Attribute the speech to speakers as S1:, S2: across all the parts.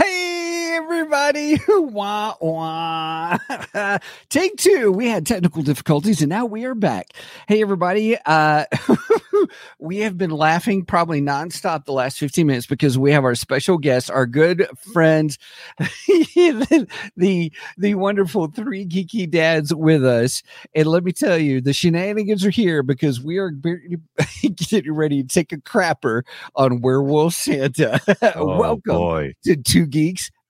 S1: everybody. wah, wah. Take two. We had technical difficulties and now we are back. Hey, everybody. Uh, we have been laughing probably nonstop the last 15 minutes because we have our special guest, our good friends, the, the, the wonderful three geeky dads with us. And let me tell you, the shenanigans are here because we are be- getting ready to take a crapper on Werewolf Santa.
S2: Oh,
S1: Welcome
S2: boy.
S1: to two geeks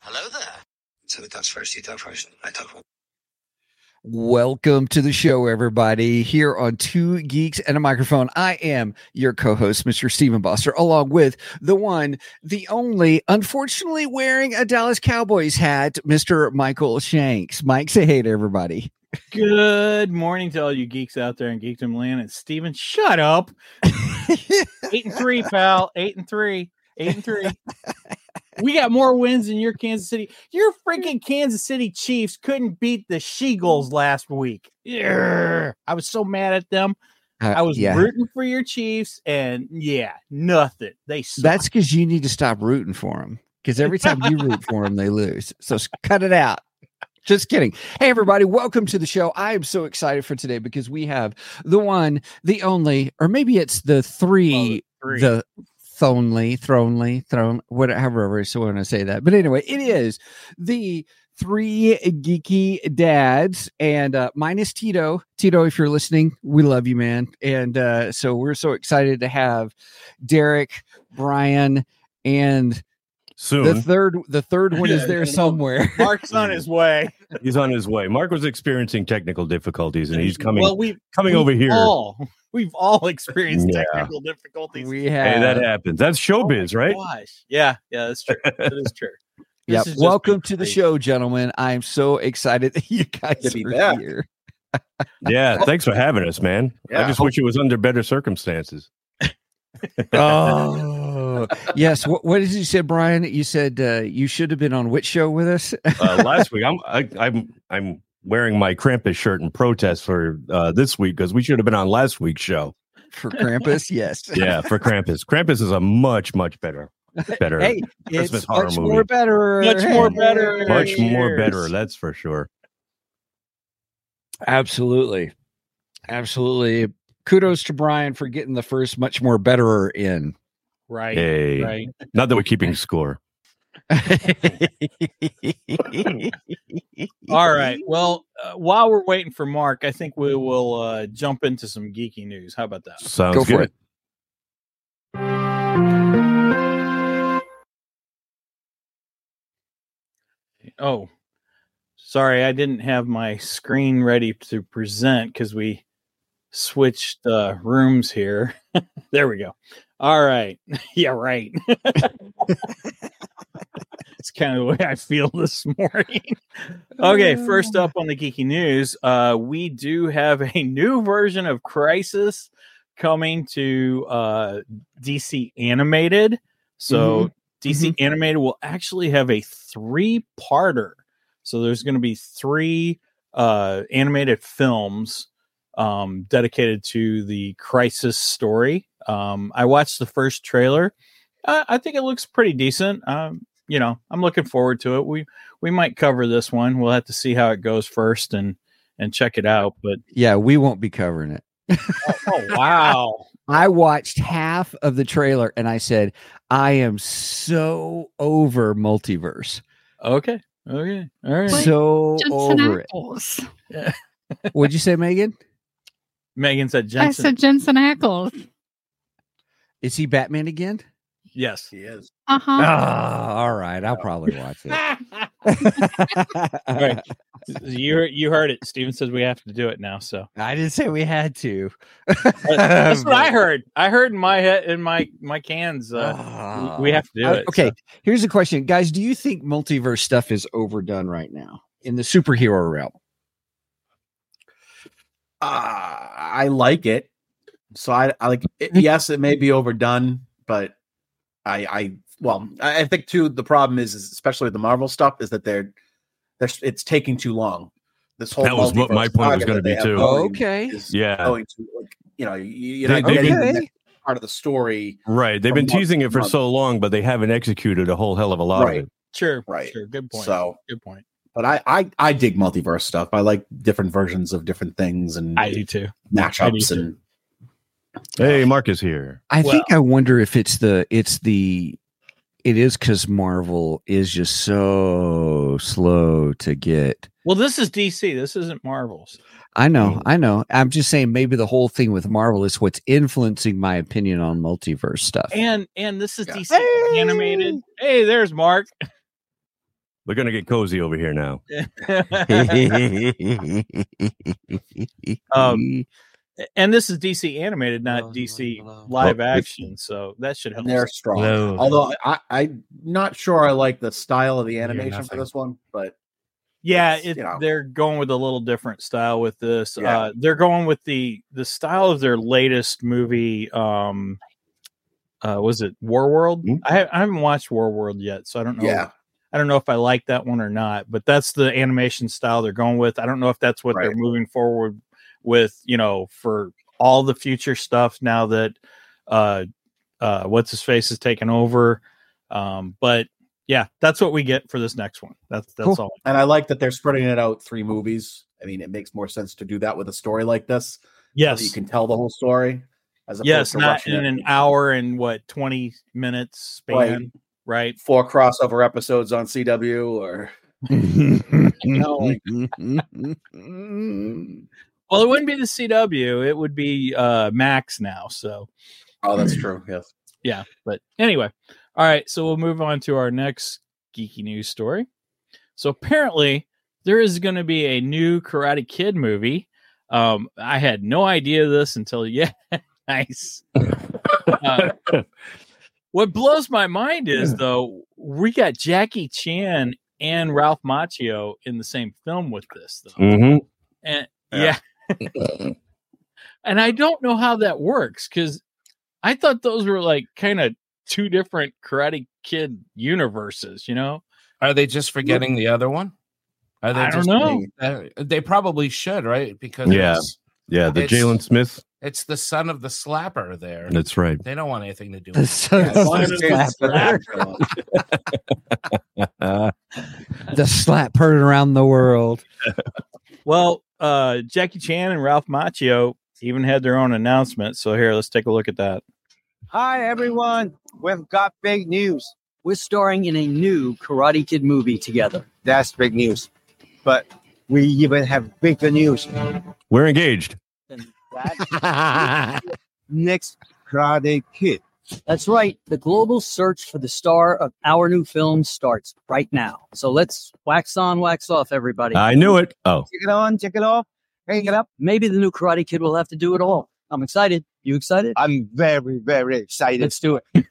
S3: Hello there. So that's first, you talk first, I talk first.
S1: Welcome to the show, everybody. Here on Two Geeks and a Microphone, I am your co host, Mr. Steven Boster, along with the one, the only, unfortunately wearing a Dallas Cowboys hat, Mr. Michael Shanks. Mike, say hey to everybody.
S4: Good morning to all you geeks out there in geekdom land. It's Steven. Shut up. Eight and three, pal. Eight and three. Eight and three. We got more wins than your Kansas City. Your freaking Kansas City Chiefs couldn't beat the Sheagles last week. Yeah, I was so mad at them.
S1: Uh,
S4: I was
S1: yeah.
S4: rooting for your Chiefs, and yeah, nothing. They suck.
S1: That's because you need to stop rooting for them. Because every time you root for them, they lose. So s- cut it out. Just kidding. Hey, everybody, welcome to the show. I am so excited for today because we have the one, the only, or maybe it's the three,
S4: three.
S1: the Thonely, Thronely, Thron, whatever. So I want to say that. But anyway, it is the three geeky dads and uh, minus Tito. Tito, if you're listening, we love you, man. And uh, so we're so excited to have Derek, Brian, and the
S2: Soon
S1: third the third one is
S4: Yeah,
S1: there
S4: I know.
S1: somewhere.
S4: Mark's on his way.
S2: he's on his way. Mark was experiencing technical difficulties, and he's coming
S4: Well, we
S2: coming
S4: we've
S2: over here.
S4: all- we've all experienced
S2: Yeah.
S4: technical difficulties.
S1: we have
S2: hey, that happens. That's
S4: Oh my
S2: showbiz, right?
S4: Gosh. Yeah, yeah, that's true. that is true. This
S1: Yep.
S4: has just been
S1: Welcome to the
S4: great.
S1: show, gentlemen. I'm so excited that you guys
S5: to be
S1: are
S5: back.
S1: here.
S2: Yeah. Thanks for having us, man. I
S5: Yeah.
S2: just wish it was under better circumstances.
S1: oh yes what, what did you say brian you said uh, you should have been on which show with us
S2: Uh, last week, I'm I, I'm I'm wearing my Krampus shirt in protest for uh, this week because we should have been on last week's show.
S1: for krampus yes
S2: Yeah, for Krampus. Krampus is a much much better better.
S1: hey
S2: Christmas
S1: it's
S2: horror
S1: much
S2: movie.
S1: more better uh,
S4: Much
S1: Hey.
S4: more better.
S2: much more
S4: years.
S2: better, that's for sure.
S1: absolutely absolutely kudos to brian for getting the first much more better in
S4: Right.
S2: Hey,
S4: Right.
S2: not that we're keeping score.
S4: All right. Well, uh, while we're waiting for Mark, I think we will uh, jump into some geeky news. How about that?
S2: Sounds
S1: Go for
S2: good.
S1: it.
S4: Oh, sorry, I didn't have my screen ready to present because we switched uh, rooms here. there we go. All right. yeah, right. It's kind of the way I feel this morning. okay, first up on the geeky news, uh, we do have a new version of Crisis coming to uh, DC Animated. So DC Animated will actually have a three-parter. So there's going to be three uh, animated films um, dedicated to the Crisis story. Um, I watched the first trailer. I, I think it looks pretty decent. Um, you know, I'm looking forward to it. We we might cover this one. We'll have to see how it goes first and and check it out. But
S1: yeah we won't be covering it
S4: oh wow,
S1: I watched half of the trailer and I said, I am so over multiverse.
S4: okay, okay, all right,
S6: What?
S1: So
S6: Jensen
S1: over it.
S6: Ackles.
S1: What'd you say, Megan?
S4: Megan said
S6: I
S4: Jensen.
S6: said Jensen Ackles.
S1: Is he Batman again?
S4: yes.
S5: He is.
S6: Uh huh.
S1: Ah, all right. I'll probably watch it.
S4: right. You you heard it. Steven says we have to do it now. So
S1: I didn't say we had to.
S4: that's what I heard. I heard in my head in my my cans. Uh,
S1: Ah.
S4: we have to do
S1: Uh,
S4: it.
S1: okay,
S4: so.
S1: here's a question, guys. Do you think multiverse stuff is overdone right now in the superhero realm?
S5: Uh, I like it. So I, I like. It,
S1: Mm-hmm.
S5: yes, it may be overdone, but I, I well, I, I think too. The problem is, is especially with the Marvel stuff, is that they're, they're it's taking too long. This whole
S2: That was what my
S5: multiverse
S2: point was
S5: saga
S2: gonna
S5: that they
S2: be,
S5: have
S2: too.
S5: going
S1: Okay.
S5: is
S2: Yeah.
S5: going to, like, you know, you- you're
S2: They-
S5: not
S2: they've
S5: getting
S2: been-
S5: the
S1: Okay.
S5: next part of the story,
S2: Right. They've been
S5: From month
S2: teasing
S5: to
S2: it for
S5: month.
S2: so long, but they haven't executed a whole hell of a lot
S5: Right.
S2: of it.
S4: Sure.
S5: Right.
S4: Sure. Good point.
S5: so
S4: Good point.
S5: but I, I I dig multiverse stuff. I like different versions of different things and
S4: I do too. I do
S5: matchups
S4: too.
S5: and
S2: Hey, Mark is here.
S1: I
S4: Well-
S1: think I wonder if it's the it's the it is because Marvel is just so slow to get.
S4: Well, this is DC. This isn't Marvel's.
S1: I know,
S2: Mm.
S1: I know. I'm just saying maybe the whole thing with Marvel is what's influencing my opinion on multiverse stuff.
S4: And and this is
S5: Yeah.
S4: DC animated. Hey, there's Mark.
S2: We're gonna get cozy over here now. Mm-hmm.
S4: Um, and this is DC animated, not
S3: Hello,
S4: DC
S3: hello, hello.
S4: live
S2: Well, it's-
S4: action. So that should help.
S5: and they're strong.
S2: No.
S5: Although I, I'm not sure I like the style of the animation for
S2: nothing.
S5: this one, but
S4: yeah,
S5: it's,
S4: it,
S5: you know.
S4: they're going with a little different style with this.
S5: Yeah.
S4: Uh, they're going with the the style of their latest movie. Um, uh, was it War World?
S2: Hmm?
S4: I, I haven't watched War World yet, so I don't know.
S5: Mm-hmm. yeah,
S4: I don't know if I like that one or not, but that's the animation style they're going with. I don't know if that's what they're
S5: Right.
S4: moving forward with, you know, for all the future stuff now that uh uh what's his face is taking over. Um, but yeah, that's what we get for this next one. That's that's all.
S5: and I like that they're spreading it out three movies. I mean, it makes more sense to do that with a story like this. so that
S4: Yes.
S5: you can tell the whole story. As opposed
S4: yes,
S5: to
S4: not
S5: rushing
S4: in
S5: it.
S4: an hour and what 20 minutes span, right?
S5: four crossover episodes on CW or
S4: Well, it wouldn't be the CW, it would be uh Max now, so
S5: oh, that's true. Yes,
S4: yeah but anyway all right so we'll move on to our next geeky news story so apparently there is going to be a new karate kid movie um i had no idea this until yeah nice Uh, what blows my mind is though we got jackie chan and ralph macchio in the same film with this though
S2: hmm
S4: and yeah.
S5: Yeah.
S4: and I don't know how that works because I thought those were like kind of two different Karate Kid universes, you know?
S6: Are they just forgetting the other one? Are they
S4: I don't
S6: just
S4: know.
S6: uh, they probably should, right? Because
S2: Yeah.
S6: it's,
S2: Yeah, the
S6: It's-
S2: Jalen Smith.
S6: it's the son of the slapper there.
S2: That's right.
S6: They don't want anything to do
S1: The
S6: with
S1: son
S6: it.
S1: of
S5: As
S1: the
S5: long as it's
S1: slapper.
S5: slapper.
S2: Uh,
S1: the slap heard around the world.
S4: Well, uh, Jackie Chan and Ralph Macchio even had their own announcement. So here, let's take a look at that.
S7: Hi, everyone. We've got big news. We're starring in a new Karate Kid movie together. That's big news. But we even have bigger news.
S2: we're engaged.
S7: than that.
S1: I
S7: Next Karate Kid. That's right. The global search for the star of our new film starts right now. So let's wax on, wax off, everybody.
S2: I knew it. Oh,
S7: Check it on, check it off, hang it up. Maybe the new Karate Kid will have to do it all. I'm excited. You excited?
S8: I'm very, very excited.
S7: Let's do it.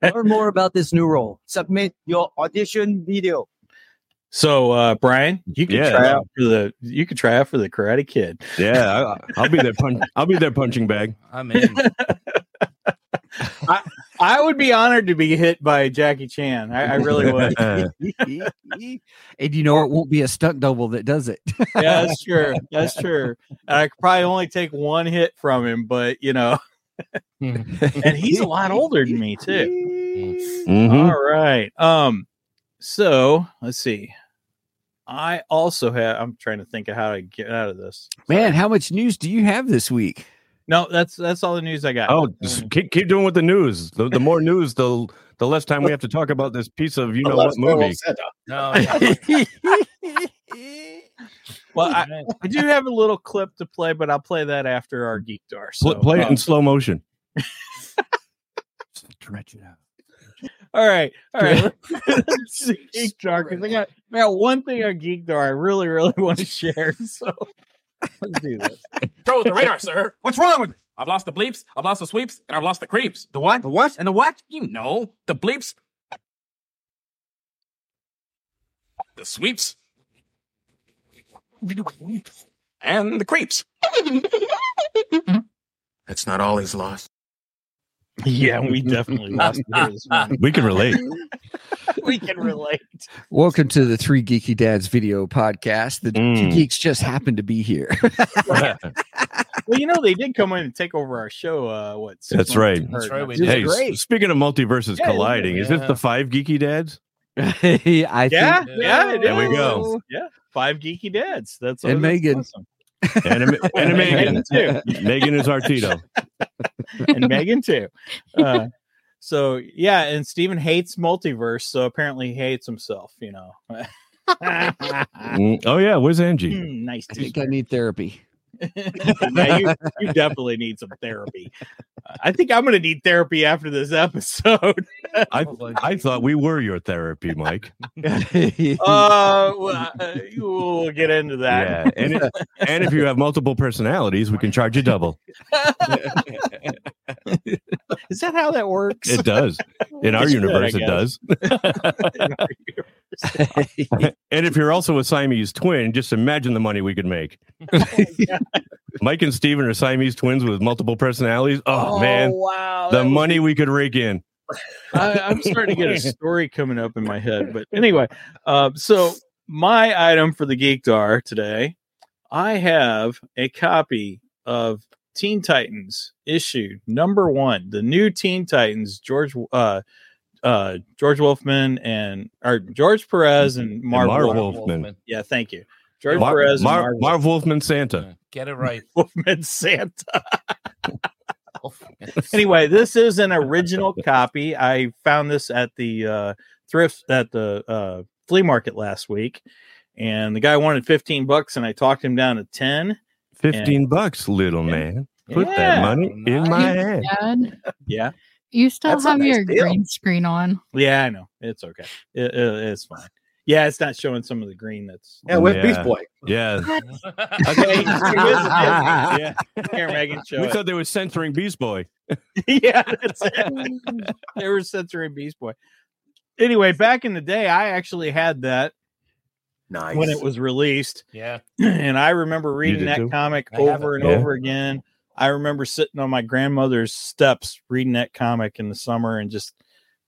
S7: Learn more about this new role.
S8: Submit your audition video.
S4: So uh, Brian, you could
S2: Yeah.
S4: try out for the you could try out for the Karate Kid.
S2: yeah. I, I'll be their punch. I'll be their punching bag.
S6: I'm in.
S4: I would be honored to be hit by Jackie Chan. I, I really would.
S2: and
S1: and you know it won't be a stunt double that does it.
S4: yeah, that's true. That's true. And I could probably only take one hit from him, but you know, and he's a lot older than me too. All right. Um. So let's see. I also have. I'm trying to think of how to get out of this.
S1: Man, how much news do you have this week?
S4: No, that's that's all the news I got.
S2: Oh, just keep keep doing with the news. The, the more news, the the less time we have to talk about this piece of you know what movie.
S6: no, yeah.
S4: well, I, I do have a little clip to play, but I'll play that after our geek door. So, uh,
S2: Pl- play it
S4: um,
S2: in slow motion.
S1: Stretch it out.
S4: All right, all right. Let's see Geek Jar because I got I got one thing on Geek Jar I really, really want to share. So let's do this.
S9: Throw the radar, sir. What's wrong with me? I've lost the bleeps, I've lost the sweeps, and I've lost the creeps. The what? The what? And the what? You know, the bleeps, the sweeps, and the creeps. That's not all he's lost.
S4: Yeah, we definitely lost this one.
S2: We can relate.
S4: We can relate.
S1: Welcome to the Three Geeky Dads video podcast. The two
S2: Mm.
S1: geeks just happened to be here.
S5: uh,
S4: Well, you know they did come in and take over our show. Uh, what? six
S2: That's
S4: months
S2: right.
S4: or-
S6: That's right, we
S4: This is
S2: hey, s-
S4: great.
S2: speaking of multiverses
S4: Yeah,
S2: colliding, is this
S6: yeah.
S2: the five geeky dads?
S1: I
S4: Yeah,
S6: think-
S4: yeah, it
S2: There we
S4: is.
S2: go.
S4: Yeah, five geeky dads. That's
S1: And
S4: that's
S1: Megan.
S4: awesome.
S2: And, a- and a Megan.
S4: Megan too.
S2: Megan is our Tito.
S4: and Megan too. Uh, so yeah, and Steven hates multiverse, so apparently he hates himself, you know.
S2: Mm, Oh, yeah. Where's Angie?
S4: Hmm, nice
S1: I
S4: to
S1: think I need therapy.
S4: yeah, you, you definitely need some therapy. Uh, I think I'm gonna need therapy after this episode.
S2: I,
S4: Oh,
S2: I thought we were your therapy, Mike.
S4: Uh, well, uh, we'll get into that.
S2: Yeah. And, it, and if you have multiple personalities, we can charge you double.
S4: Is that how that works?
S2: It does. In our
S4: It should, I
S2: universe, it
S4: guess.
S2: does. And if you're also a Siamese twin, just imagine the money we could make. Mike and Steven are Siamese twins with multiple personalities. Oh, man.
S4: wow!
S2: The money we could rake in.
S4: I, I'm starting to get a story coming up in my head. But anyway, uh, so my item for the Geek Dar today, I have a copy of Teen Titans issue number one, the new Teen Titans, George uh, uh, George Wolfman and or George Perez and Marv,
S2: Marv
S4: Wolf-
S2: Wolfman.
S4: Yeah, thank you, George
S2: Mar-
S4: Perez,
S2: Mar-
S4: and
S2: Marv
S4: Marv
S2: Wolfman Santa.
S6: Get it right.
S4: Wolfman Santa. anyway, this is an original copy. I found this at the uh, thrift at the uh, flea market last week, and the guy wanted fifteen bucks, and I talked him down to ten.
S2: 15 bucks, little man. Put
S4: Yeah.
S2: that money in my hand.
S10: Dad,
S4: Yeah,
S10: you still
S5: That's a
S10: have
S5: nice
S10: your
S5: deal.
S10: green screen on.
S4: yeah, I know it's okay. It- it- it's fine. Yeah, it's not showing some of the green. That's
S5: Yeah, with
S2: Yeah.
S5: Beast Boy.
S2: Yeah.
S4: okay. yeah, here, Megan, show
S2: We
S4: it.
S2: thought they were censoring Beast Boy.
S4: yeah, that's it. they were censoring Beast Boy. Anyway, back in the day, I actually had that
S5: Nice.
S4: when it was released.
S6: yeah.
S4: and I remember reading
S2: did
S4: that
S2: too?
S4: comic
S6: I have
S4: over
S6: it.
S4: and
S2: Yeah.
S4: over again. I remember sitting on my grandmother's steps reading that comic in the summer and just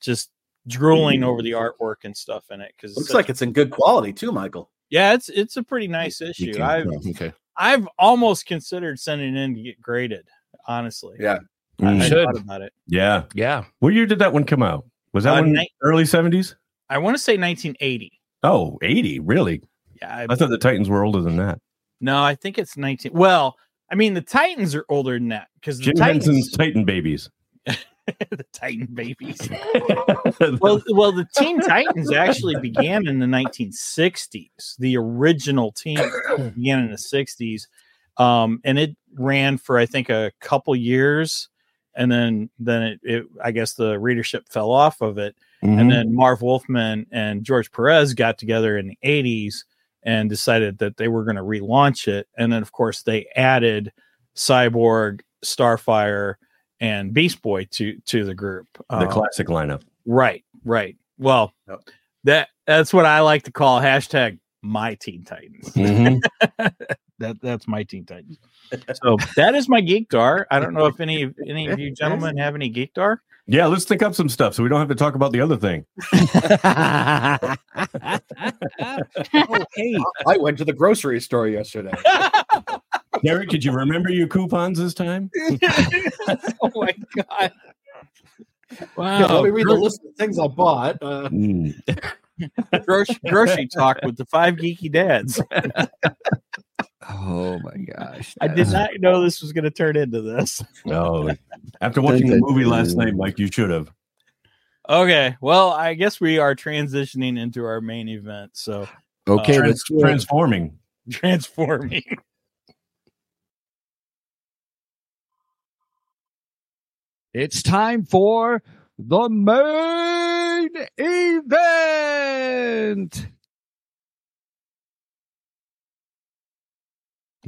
S4: just drooling over the artwork and stuff in it because
S5: Looks like it's in good quality too, Michael.
S4: yeah, it's it's a pretty nice issue. I've
S6: Okay.
S4: I've almost considered sending it in to get graded. Honestly,
S5: Yeah.
S4: I, I
S2: Mm.
S6: Should.
S4: thought about it.
S2: Yeah.
S6: Yeah.
S2: What year did that one come out? Was that
S4: Uh,
S2: one
S4: ni-
S2: early 70s?
S4: I want to say 1980.
S2: Oh, 80. Really?
S4: Yeah, I,
S2: I thought the Titans were older than that.
S4: no, I think it's 19. Well, I mean the Titans are older than that because the
S2: Jim
S4: Titans,
S2: Henson's Titan Babies.
S4: the Titan babies. well, well, the Teen Titans actually began in the 1960s. The original Teen Titans began in the 60s, um, and it ran for I think a couple years, and then then it, it I guess the readership fell off of it,
S2: Mhm.
S4: and then Marv Wolfman and George Perez got together in the 80s and decided that they were going to relaunch it, and then of course they added Cyborg, Starfire. And Beast Boy to to the group.
S2: the
S4: Um,
S2: classic lineup.
S4: Right, right. Well,
S5: Yep.
S4: that that's what I like to call hashtag my Teen Titans.
S2: Mm-hmm.
S4: That that's my Teen Titans. So that is my geek dar. I don't know if any of any of you gentlemen have any geek dar.
S2: Yeah, let's think up some stuff so we don't have to talk about the other thing.
S1: oh, hey,
S5: I went to the grocery store yesterday.
S2: Derek, did you remember your coupons this time?
S4: Oh my god!
S6: Wow.
S5: read the list of things I bought. Uh,
S2: Mm.
S4: Grocery, grocery talk with the five geeky dads.
S1: oh my gosh!
S4: I did not know this was going to turn into this.
S2: No. Oh, After watching the movie last night, Mike, you should have.
S4: Okay, well, I guess we are transitioning into our main event. So
S1: Okay,
S4: Uh,
S1: let's
S2: Transforming.
S4: transforming.
S1: It's time for the main main event.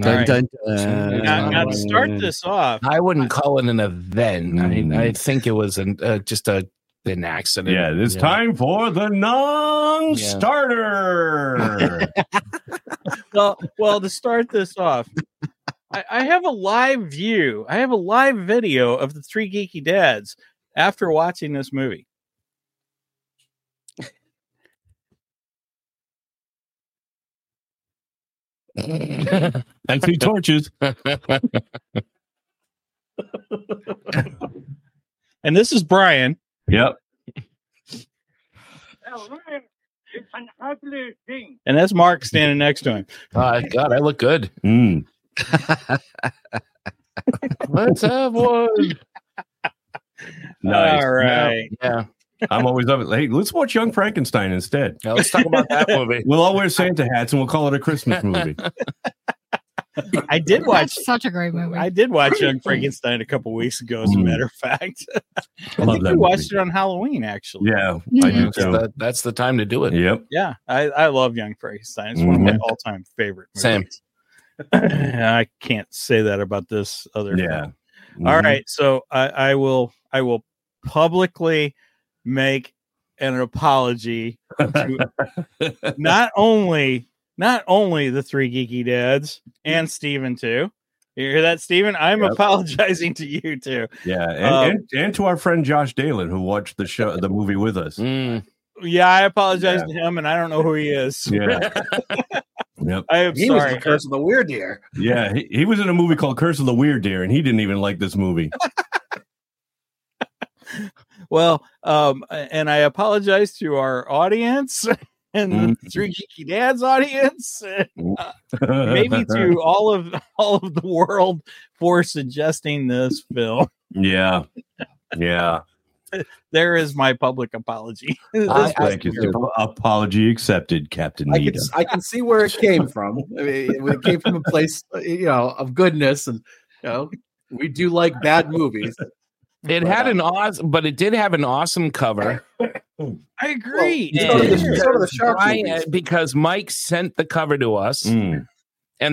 S10: Dun, dun,
S4: Now,
S10: dun.
S4: now to start this off,
S10: I wouldn't call it an event. I, I think it was an, uh, just a an accident.
S2: Yeah, it's time for the non-starter.
S4: well, well, to start this off, I, I have a live view. I have a live video of the three geeky dads after watching this movie.
S10: Uh,
S2: I see torches.
S4: and this is Brian.
S2: Yep.
S11: It's an ugly thing.
S4: And that's Mark standing next to him.
S10: Uh, God, I look good.
S2: Mm.
S10: Let's have one.
S2: Nice.
S10: All right.
S2: Yeah. I'm always up. Hey, let's watch Young Frankenstein instead.
S10: Yeah, let's talk about that movie.
S2: We'll all wear Santa hats and we'll call it a Christmas movie.
S4: I did watch.
S12: That's such a great movie.
S4: I did watch Young Frankenstein a couple weeks ago, as a matter of fact. I
S10: Mm. Love
S4: think
S10: that
S4: we watched
S10: movie.
S4: it on Halloween, actually.
S2: Yeah,
S12: Mm-hmm.
S10: I
S4: do
S10: that's,
S4: too.
S10: the, that's the time to do it.
S2: Yep.
S4: Yeah, I, I love Young Frankenstein. It's one of my
S10: Mhm.
S4: all time favorite movies.
S10: Same.
S4: I can't say that about this other.
S10: Yeah.
S4: film. All
S2: Mm-hmm.
S10: Mhm.
S4: right. So I, I will I will publicly make an apology to not only not only the three geeky dads and Steven too. You hear that, Steven? I'm
S2: Yep.
S4: apologizing to you too.
S2: Yeah, and,
S4: Um,
S2: and, and to our friend Josh Dalen who watched the show, the movie with us.
S10: Mm.
S4: Yeah, I apologize to him, and I don't know who he is.
S2: Yeah. Yep.
S4: I am
S2: He was the
S4: sorry.
S2: curse
S4: of the weird deer.
S2: Yeah, he, he was in a movie called Curse of the Weird Deer, and he didn't even like this movie.
S4: Well, um, and I apologize to our audience and the
S2: Mm.
S4: three geeky dads audience, uh, maybe to all of all of the world for suggesting this film.
S2: Yeah, yeah.
S4: There is my public apology.
S2: I, Thank you. Apology accepted, Captain
S5: I can,
S2: Nita.
S5: I can see where it came from. I mean, it came from a place, uh, you know, of goodness, and you know, we do like bad movies.
S10: It had an awesome, but it did have an awesome cover.
S4: I agree.
S10: And-
S2: Mm.
S10: Why?
S4: movies.
S10: Uh, because Mike sent the cover to us, and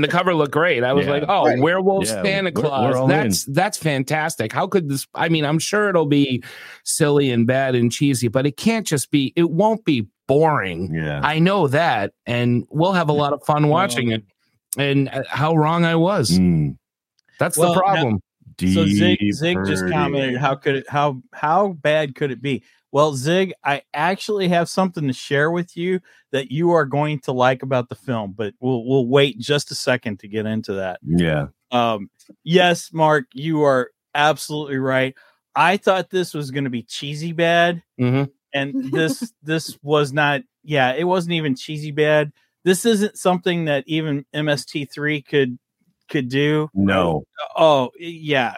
S10: the cover looked great. I was
S2: Yeah.
S10: like, "Oh,
S2: Right.
S10: werewolf
S2: Yeah, we're-
S10: Santa
S2: we're
S10: Claus!
S2: all in.
S10: that's that's fantastic. How could this? I mean, I'm sure it'll be silly and bad and cheesy, but it can't just be. It won't be boring.
S2: Yeah,
S10: I know that, and we'll have a lot of fun watching it. And uh, how wrong I was.
S2: Mm.
S10: That's
S4: Mm. Well,
S10: the
S4: now-
S10: problem.
S4: so Zig Zig just commented, "How could it? How how bad could it be?" Well, Zig, I actually have something to share with you that you are going to like about the film, but we'll we'll wait just a second to get into that.
S2: Yeah.
S4: Um, yes, Mark, you are absolutely right. I thought this was going to be cheesy bad,
S10: Mm-hmm.
S4: and this this was not. Yeah, it wasn't even cheesy bad. This isn't something that even MST3 could could do.
S2: No.
S4: Oh yeah,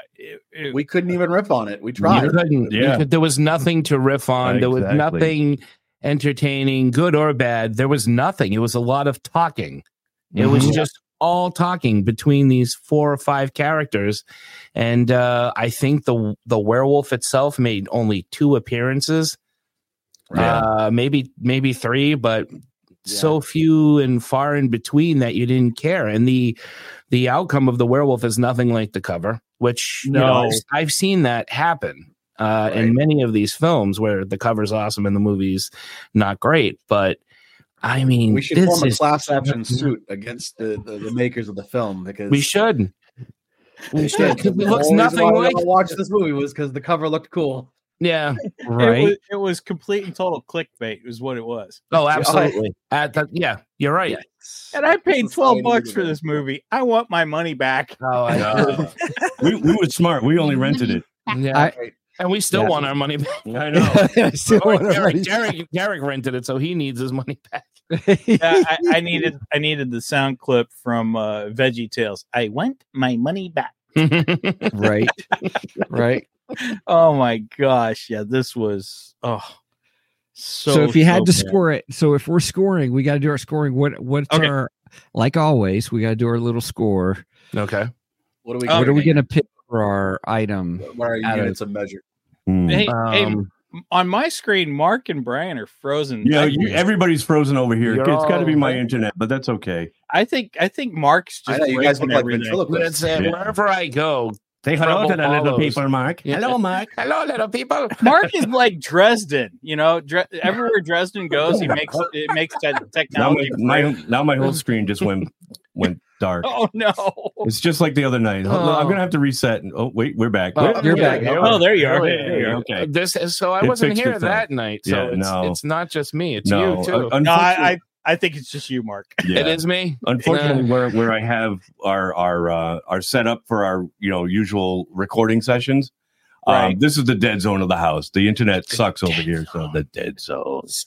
S5: we couldn't even rip on it. We
S10: You
S5: tried.
S10: couldn't. you could- there was nothing to riff on. There was
S5: Exactly.
S10: nothing entertaining, good or bad. There was nothing. It was a lot of talking. It was
S5: Mhm.
S10: just all talking between these four or five characters, and uh, I think the the werewolf itself made only two appearances, uh, maybe maybe three, but so few and far in between that you didn't care. And the the outcome of the werewolf is nothing like the cover, which you know,
S4: No.
S10: I've, I've seen that happen uh, in many of these films where the cover's awesome and the movie's not great. But I mean,
S5: We should
S10: this
S5: form a
S10: is-
S5: class action suit against the, the, the makers of the film because
S10: We should.
S5: They
S10: We should. 'cause It looks
S5: Always
S10: nothing
S5: why we
S10: like.
S5: all watched this movie was because the cover looked cool.
S10: Yeah,
S4: It
S10: right.
S4: was, it was complete and total clickbait, is what it was.
S10: Oh, absolutely. At the, yeah, you're right.
S4: And I paid twelve bucks for this movie. I want my money back.
S10: Oh, I
S2: know. we we were smart. We only rented it.
S10: Yeah. and we still
S2: Yeah.
S10: want our money back.
S2: I know.
S1: I still
S10: Or
S1: want our
S10: Derek,
S1: money
S10: Derek, Derek rented it, so he needs his money back.
S4: yeah, I, I needed I needed the sound clip from uh, Veggie Tales. I want my money back.
S1: right, right.
S4: Oh my gosh, yeah, this was oh so.
S1: So, if you had to
S4: bad.
S1: score it, so if we're scoring, we got to do our scoring. What what's
S4: Okay.
S1: our like always? We got to do our little score.
S10: Okay.
S5: What
S10: Oh.
S1: what are we going to pick for our item?
S5: What are
S1: out of-
S5: your
S10: Hmm.
S5: units of measure?
S1: um,
S4: Hey, hey, on my screen, Mark and Brian are frozen.
S2: You know, you,
S4: everybody.
S2: everybody's frozen over here.
S4: You're
S2: it's got to be
S4: all
S2: my
S4: right.
S2: internet, but that's okay.
S4: I think I think Mark's
S2: I
S4: just
S2: know, you guys look
S4: breaking
S2: like
S4: everything.
S2: ventriloquists. That's it. Yeah.
S10: Wherever I go,
S2: Say hello to
S10: trouble
S2: the little
S10: follows.
S2: people, Mark.
S10: Yeah.
S2: Hello, Mark.
S10: Hello, little people.
S4: Mark is like Dresden, you know. Dre- everywhere Dresden goes, he makes it makes that
S2: Now my,
S4: technology.
S2: my now my whole screen just went went dark.
S4: oh no!
S2: It's just like the other night. Hold-
S10: Oh.
S2: I'm gonna have to reset. and- Oh wait, we're back. We're-
S10: you're
S2: we're
S10: back.
S4: Oh, there you are.
S2: Yeah,
S4: There you are.
S2: Okay.
S10: Uh, This is, so I
S2: It
S10: wasn't
S2: fixed
S10: here
S2: itself.
S10: that night. So
S2: Yeah,
S10: it's,
S2: no.
S10: it's not just me. It's
S2: No,
S10: you
S2: uh,
S10: too.
S4: No, I, I I think it's just you, Mark.
S2: Yeah.
S10: It is me.
S2: Unfortunately,
S10: Nah.
S2: where where I have our our uh, our setup for our you know usual recording sessions, um,
S4: Right.
S2: this is the dead zone of the house. The internet sucks over here, so the dead zones.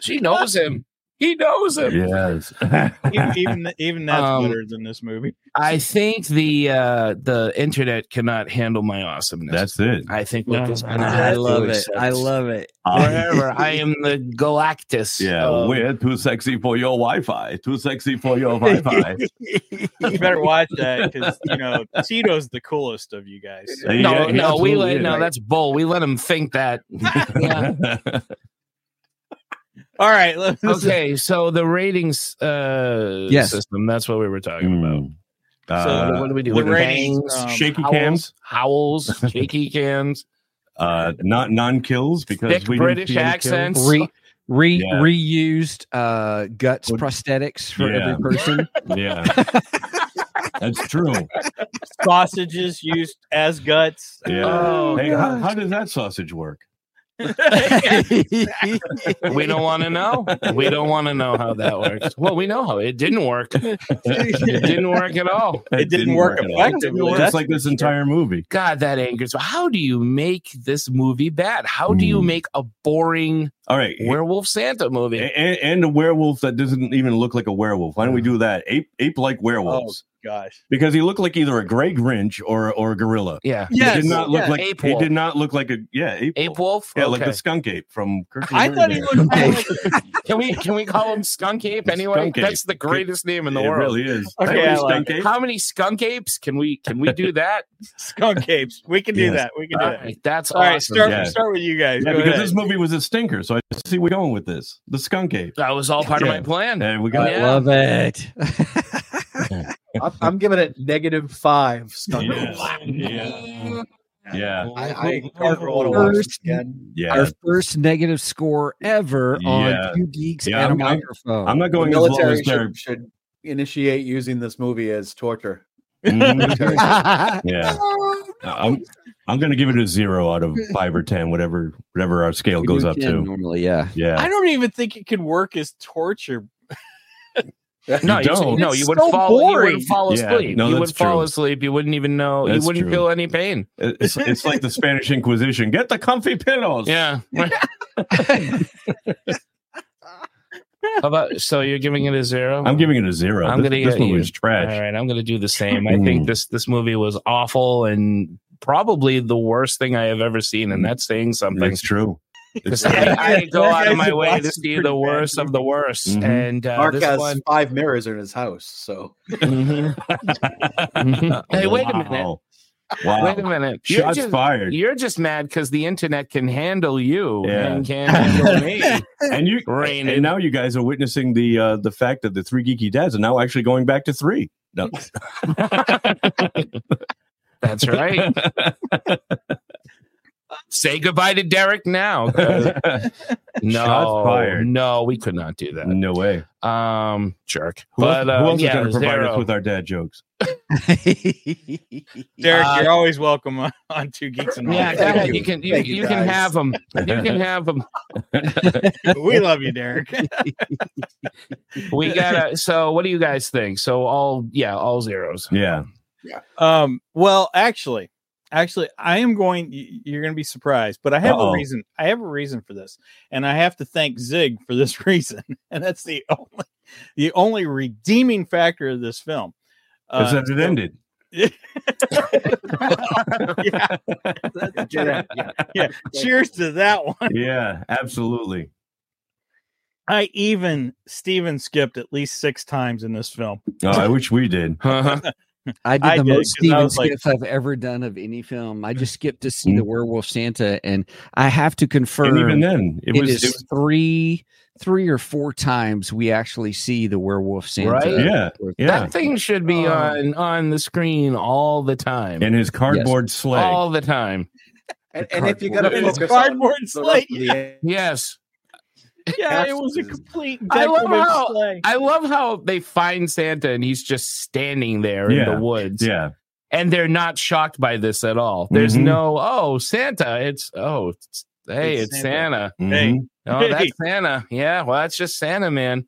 S10: she knows him. He knows him.
S2: Yes.
S4: Even even, even that's
S10: Um,
S4: better than this movie.
S10: I think the uh the internet cannot handle my awesomeness.
S2: That's it.
S10: I think what this
S2: I love it. I
S1: love it.
S10: Wherever I am the Galactus.
S2: Yeah,
S10: of-
S2: we're too sexy for your Wi-Fi. Too sexy for your Wi-Fi.
S4: You better watch that because you know Tito's the coolest of you guys. so-
S10: No, no, we let no. That's bull. We let him think that. Yeah.
S4: All right.
S10: okay, so the ratings uh
S2: Yes. Mm.
S10: system. That's what we were talking about.
S2: Uh,
S10: so what do we do?
S2: the ratings, um, shaky cams?
S10: howls, howls, uh, shaky cams.
S2: Uh, not non kills because
S10: Thick
S2: we didn't
S10: British
S2: see any
S10: accents.
S2: kills.
S1: Re, re,
S2: Yeah.
S1: reused uh, guts prosthetics for
S2: Yeah.
S1: every person.
S2: yeah, that's true.
S4: Sausages used as guts.
S2: Yeah.
S10: Oh,
S2: hey, how, how does that sausage work?
S10: Uh, we don't want to know. We don't want to know how that works. Well, we know how it didn't work. It didn't work at all.
S4: It didn't work
S2: at all. It didn't
S4: effectively,
S2: work,
S4: that's
S2: Just like
S4: for
S2: this
S4: sure.
S2: entire movie.
S10: God, that angers. me. How do you make this movie bad? How do you make a boring
S2: All right,
S10: werewolf Santa movie?
S2: and, and a werewolf that doesn't even look like a werewolf. Why don't we do that? Ape, ape like werewolves.
S4: Oh. Gosh.
S2: Because he looked like either a Grey Grinch or or a gorilla.
S10: Yeah,
S2: he
S4: Yes,
S2: did not look
S4: yeah,
S2: like
S10: ape
S2: he
S10: wolf.
S2: did not look like a yeah ape,
S10: Ape wolf.
S2: yeah like the
S10: Okay.
S2: skunk ape from. Kirk and
S4: I thought he
S2: Morty.
S4: looked more like
S10: Can we can we call him Skunk Ape anyway?
S2: Skunk Ape.
S10: That's the greatest name in the
S2: It
S10: world.
S2: really is.
S10: How
S4: Okay,
S10: many
S4: I like
S10: skunk
S4: it.
S10: apes- How many skunk apes can we can we do that?
S4: skunk apes. We can do
S2: Yes.
S4: that. We can do
S10: All
S4: that.
S10: right, that's
S4: All right,
S10: awesome.
S4: start
S2: Yeah.
S4: start with you guys.
S2: Yeah,
S4: Go
S2: because
S4: ahead.
S2: this movie was a stinker, so I see we're going with this. The skunk ape.
S10: That was all part
S2: Yeah.
S10: of my plan.
S2: And we got
S10: Yeah.
S1: Love it.
S5: I'm, I'm giving it negative five. Skunk
S2: Yeah. Yeah. Yeah.
S5: I, I,
S1: Our first-
S2: Yeah.
S1: Our first negative score ever
S2: Yeah.
S1: on Two Geeks and
S2: Yeah, I'm-
S1: a
S2: I'm-
S1: Microphone.
S2: I'm not
S5: the
S2: going as low
S5: military
S2: as their
S5: should, should initiate using this movie as torture.
S2: Mhm. yeah. I'm I'm gonna give it a zero out of five or ten, whatever whatever our scale
S1: We
S2: goes
S1: do
S2: up
S1: 10
S2: to.
S1: normally, yeah.
S4: I
S2: Yeah.
S4: don't even think it could work as torture.
S2: You
S10: No, you,
S2: don't.
S10: no,
S4: It's
S10: you would
S4: so
S10: fall. You
S4: boring.
S10: would fall
S2: Yeah,
S10: asleep.
S2: no,
S10: you
S2: that's
S10: would fall
S2: true.
S10: asleep. You wouldn't even know.
S2: That's
S10: you wouldn't
S2: true.
S10: feel any pain.
S2: It's it's like the Spanish Inquisition. Get the comfy pillows.
S10: Yeah. How about so you're giving it a zero?
S2: I'm giving it a 0
S10: I'm
S2: this,
S10: gonna
S2: this
S10: get
S2: movie
S10: you.
S2: is trash.
S10: All right, I'm going to do the same. I
S2: Mm.
S10: think this this movie was awful and probably the worst thing I have ever seen, and that's saying something.
S2: Mm. That's true. Um, It's
S10: Because I, I go
S4: Yeah,
S10: out of my
S4: guys,
S10: way to
S4: that's
S10: see
S4: pretty
S10: the worst of the worst,
S2: Mhm.
S10: and uh,
S5: Mark
S10: this
S5: has
S10: one.
S5: five mirrors in his house, so
S10: Mhm. Mhm. Hey, wait a minute!
S2: Mm-hmm. Wow.
S5: uh,
S2: Wow.
S10: Wait a minute! You're
S2: Shots
S10: just,
S2: fired.
S10: you're just mad because the internet can handle you
S2: Yeah.
S10: and can handle me.
S2: and you
S10: Rain.
S2: and now you guys are witnessing the uh the fact that the three geeky dads are now actually going back to three no.
S10: That's right. Say goodbye to Derek now. No,
S2: Shots fired.
S10: no, we could not do that.
S2: no way um,
S10: Um, jerk.
S2: who else,
S10: but uh,
S2: who else
S10: yeah,
S2: is going to provide us
S10: zero.
S2: with our dad jokes
S4: Derek,
S10: Uh,
S4: you're always welcome on, on Two Geeks and
S10: Yeah,
S4: Hobbits.
S10: go
S5: Thank
S10: ahead.
S5: you.
S10: You can you,
S5: Thank you,
S10: you can
S5: guys.
S10: have them. You can have them.
S4: we love you, Derek.
S10: We gotta. So, what do you guys think? So, all yeah, all zeros.
S2: yeah
S4: Um, well, actually, actually, I am going. y- You're going to be surprised, but I have
S2: Uh-oh.
S4: a reason. I have a reason for this, and I have to thank Zig for this reason, and that's the only, the only redeeming factor of this film.
S2: That's
S4: Uh,
S2: how it ended
S4: yeah, that's right. yeah. Cheers to that one.
S2: yeah absolutely
S4: I even Steven skipped at least six times in this film.
S2: oh, i wish we did
S10: Uh-huh.
S1: I did
S4: I
S1: the
S4: did,
S1: most
S4: 'cause I
S1: Steven
S4: was like-
S1: skips I've ever done of any film. I just skipped to see the werewolf Santa, and I have to confirm.
S2: Mm-hmm. even then, it
S1: it
S2: was-
S1: is
S2: it was-
S1: three, three or four times we actually see the werewolf Santa.
S10: Right?
S1: Or-
S10: uh, That thing should
S2: Uh.
S10: be on on the screen all the time.
S2: And his cardboard sleigh.
S10: all the time.
S5: And,
S10: and if you gotta Cardboard. focus on
S5: cardboard
S10: sleigh, Yes.
S4: Yeah, it was a complete
S10: I love
S4: decorative
S10: how
S4: sleigh.
S10: I love how they find Santa and he's just standing there in
S2: Yeah.
S10: the woods.
S2: Yeah.
S10: And they're not shocked by this at all. There's
S2: Mhm.
S10: no, oh, Santa, it's oh, it's, hey, it's,
S2: It's
S10: Santa.
S2: Santa. Hey. Mhm.
S10: Oh, that's
S2: Hey.
S10: Santa. Yeah, well, that's just Santa, man.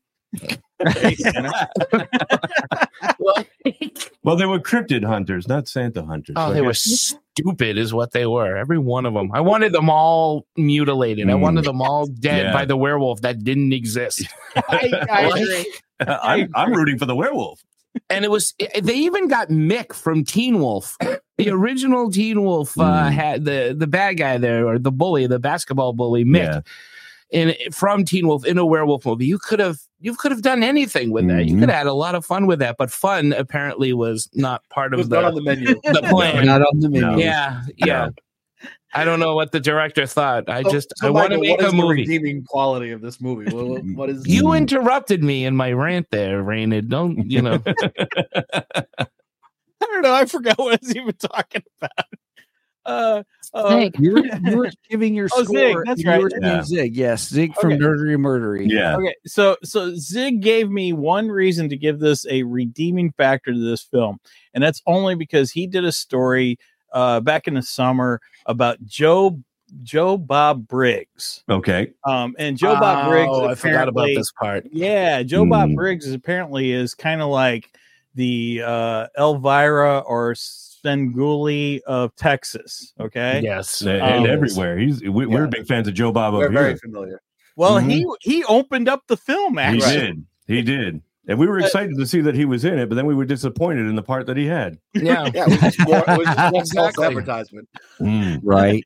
S2: Well, they were cryptid hunters, not Santa hunters.
S10: Oh,
S2: I
S10: they were
S2: guess-
S10: stupid, is what they were. Every one of them. I wanted them all mutilated. I
S2: Mm.
S10: wanted them all dead
S2: Yeah.
S10: by the werewolf that didn't exist.
S2: I'm, I'm rooting for the werewolf.
S10: and it was it- they even got Mick from Teen Wolf. The original Teen Wolf uh, had the the bad guy there or the bully, the basketball bully Mick. In from Teen Wolf in a werewolf movie, you could have you could have done anything with that. You could have had a lot of fun with that, but fun apparently was not part of
S5: Was
S10: the,
S5: not on the menu.
S10: The plan,
S1: Not on the menu.
S10: Yeah, yeah. I don't know what the director thought. I just I want to make
S5: what
S10: a
S5: is
S10: movie.
S5: The redeeming quality of this movie. What- what is
S10: You interrupted me in my rant there, Rainid. Don't you know?
S4: I don't know. I forgot what I was even talking about. Uh, uh,
S1: Oh, you, were, you were giving your
S4: Oh,
S1: score.
S4: Zig, that's
S1: You
S4: right.
S1: were saying
S4: Yeah.
S1: Zig, yes, Zig from
S4: Okay.
S1: Nerdery Murdery.
S4: Okay. So so Zig gave me one reason to give this a redeeming factor to this film, and that's only because he did a story uh, back in the summer about Joe Joe Bob Briggs.
S2: Okay.
S4: Um, and Joe Bob Briggs.
S10: Oh, I forgot about
S4: apparently-
S10: this part.
S4: Yeah, Joe Bob
S10: Mm.
S4: Briggs is apparently is kind of like the uh, Elvira or Senguli of Texas. Okay.
S10: Yes.
S2: And,
S4: Um,
S2: and everywhere. He's we, we're big fans of Joe Bob over here.
S5: familiar.
S4: Well,
S10: Mm-hmm.
S2: Mhm.
S4: he he opened up the film.
S2: He
S4: Actually,
S2: did. He did. And we were excited to see that he was in it, but then we were disappointed in the part that he had.
S10: Yeah.
S5: yeah, it was just more, it was just more
S10: Exactly.
S5: self-advertisement.
S2: Mm,
S1: Right.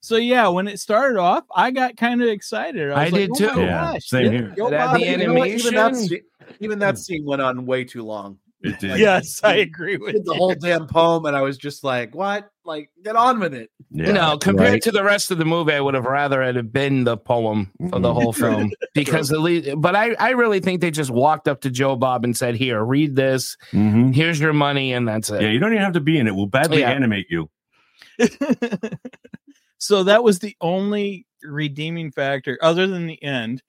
S4: So yeah, when it started off, I got kind of excited. I,
S10: I
S4: was
S10: did
S4: like,
S10: too.
S4: Oh my
S10: Yeah,
S4: gosh,
S10: same
S4: this-
S10: here.
S4: Joe
S10: But at
S4: Bob
S10: the
S4: Briggs-
S5: You know what? even that
S10: Animation?
S5: scene, even that scene went on way too long.
S2: It did.
S5: Like,
S4: yes, I agree with
S5: did the whole damn poem, and I was just like, "What? Like, get on with it."
S10: You know, compared to the rest of the movie, I would have rather it had been the poem for the whole film because at least. But I, I really think they just walked up to Joe Bob and said, "Here, read this. Here's your money, and that's it."
S2: Mm-hmm. Yeah, you don't even have to be in it. We'll badly
S10: uh, Yeah.
S2: animate you.
S4: So that was the only redeeming factor, other than the end.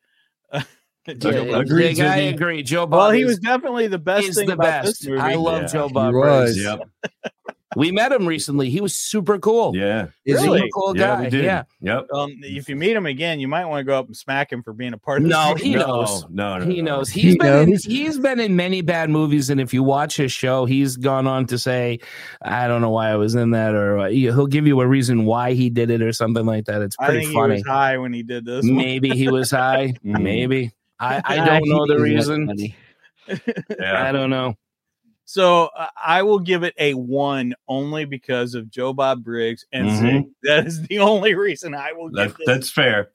S10: Yeah, Zig, I agree. Joe Bob.
S4: Well, he
S10: is-
S4: was definitely the best
S10: is
S4: thing
S10: the
S4: about
S10: best.
S4: this movie.
S10: I love Joe
S1: he
S10: Bob.
S1: was.
S10: Briggs.
S1: Yep.
S10: we met him recently. He was super cool.
S2: Yeah,
S10: He's
S4: Really?
S10: a cool
S4: Yeah,
S10: guy.
S4: we
S10: Yeah.
S4: did.
S2: Yep.
S4: Um, if you meet him again, you might want to go up and smack him for being a part of.
S10: No,
S4: this
S10: he
S4: movie.
S10: knows. he knows.
S4: He
S10: He's been
S4: knows.
S10: In, he's been in many bad movies, and if you watch his show, he's gone on to say, "I don't know why I was in that," or uh, he- he'll give you a reason why he did it, or something like that. It's
S4: I
S10: pretty
S4: think
S10: funny.
S4: he was high when he did this. one.
S10: Maybe he was high. Maybe I, I don't know the reason. I don't know.
S4: So uh, I will give it a one only because of Joe Bob Briggs and
S2: Mhm.
S4: Zig. That is the only reason I will
S2: That's
S4: give this.
S2: that's fair.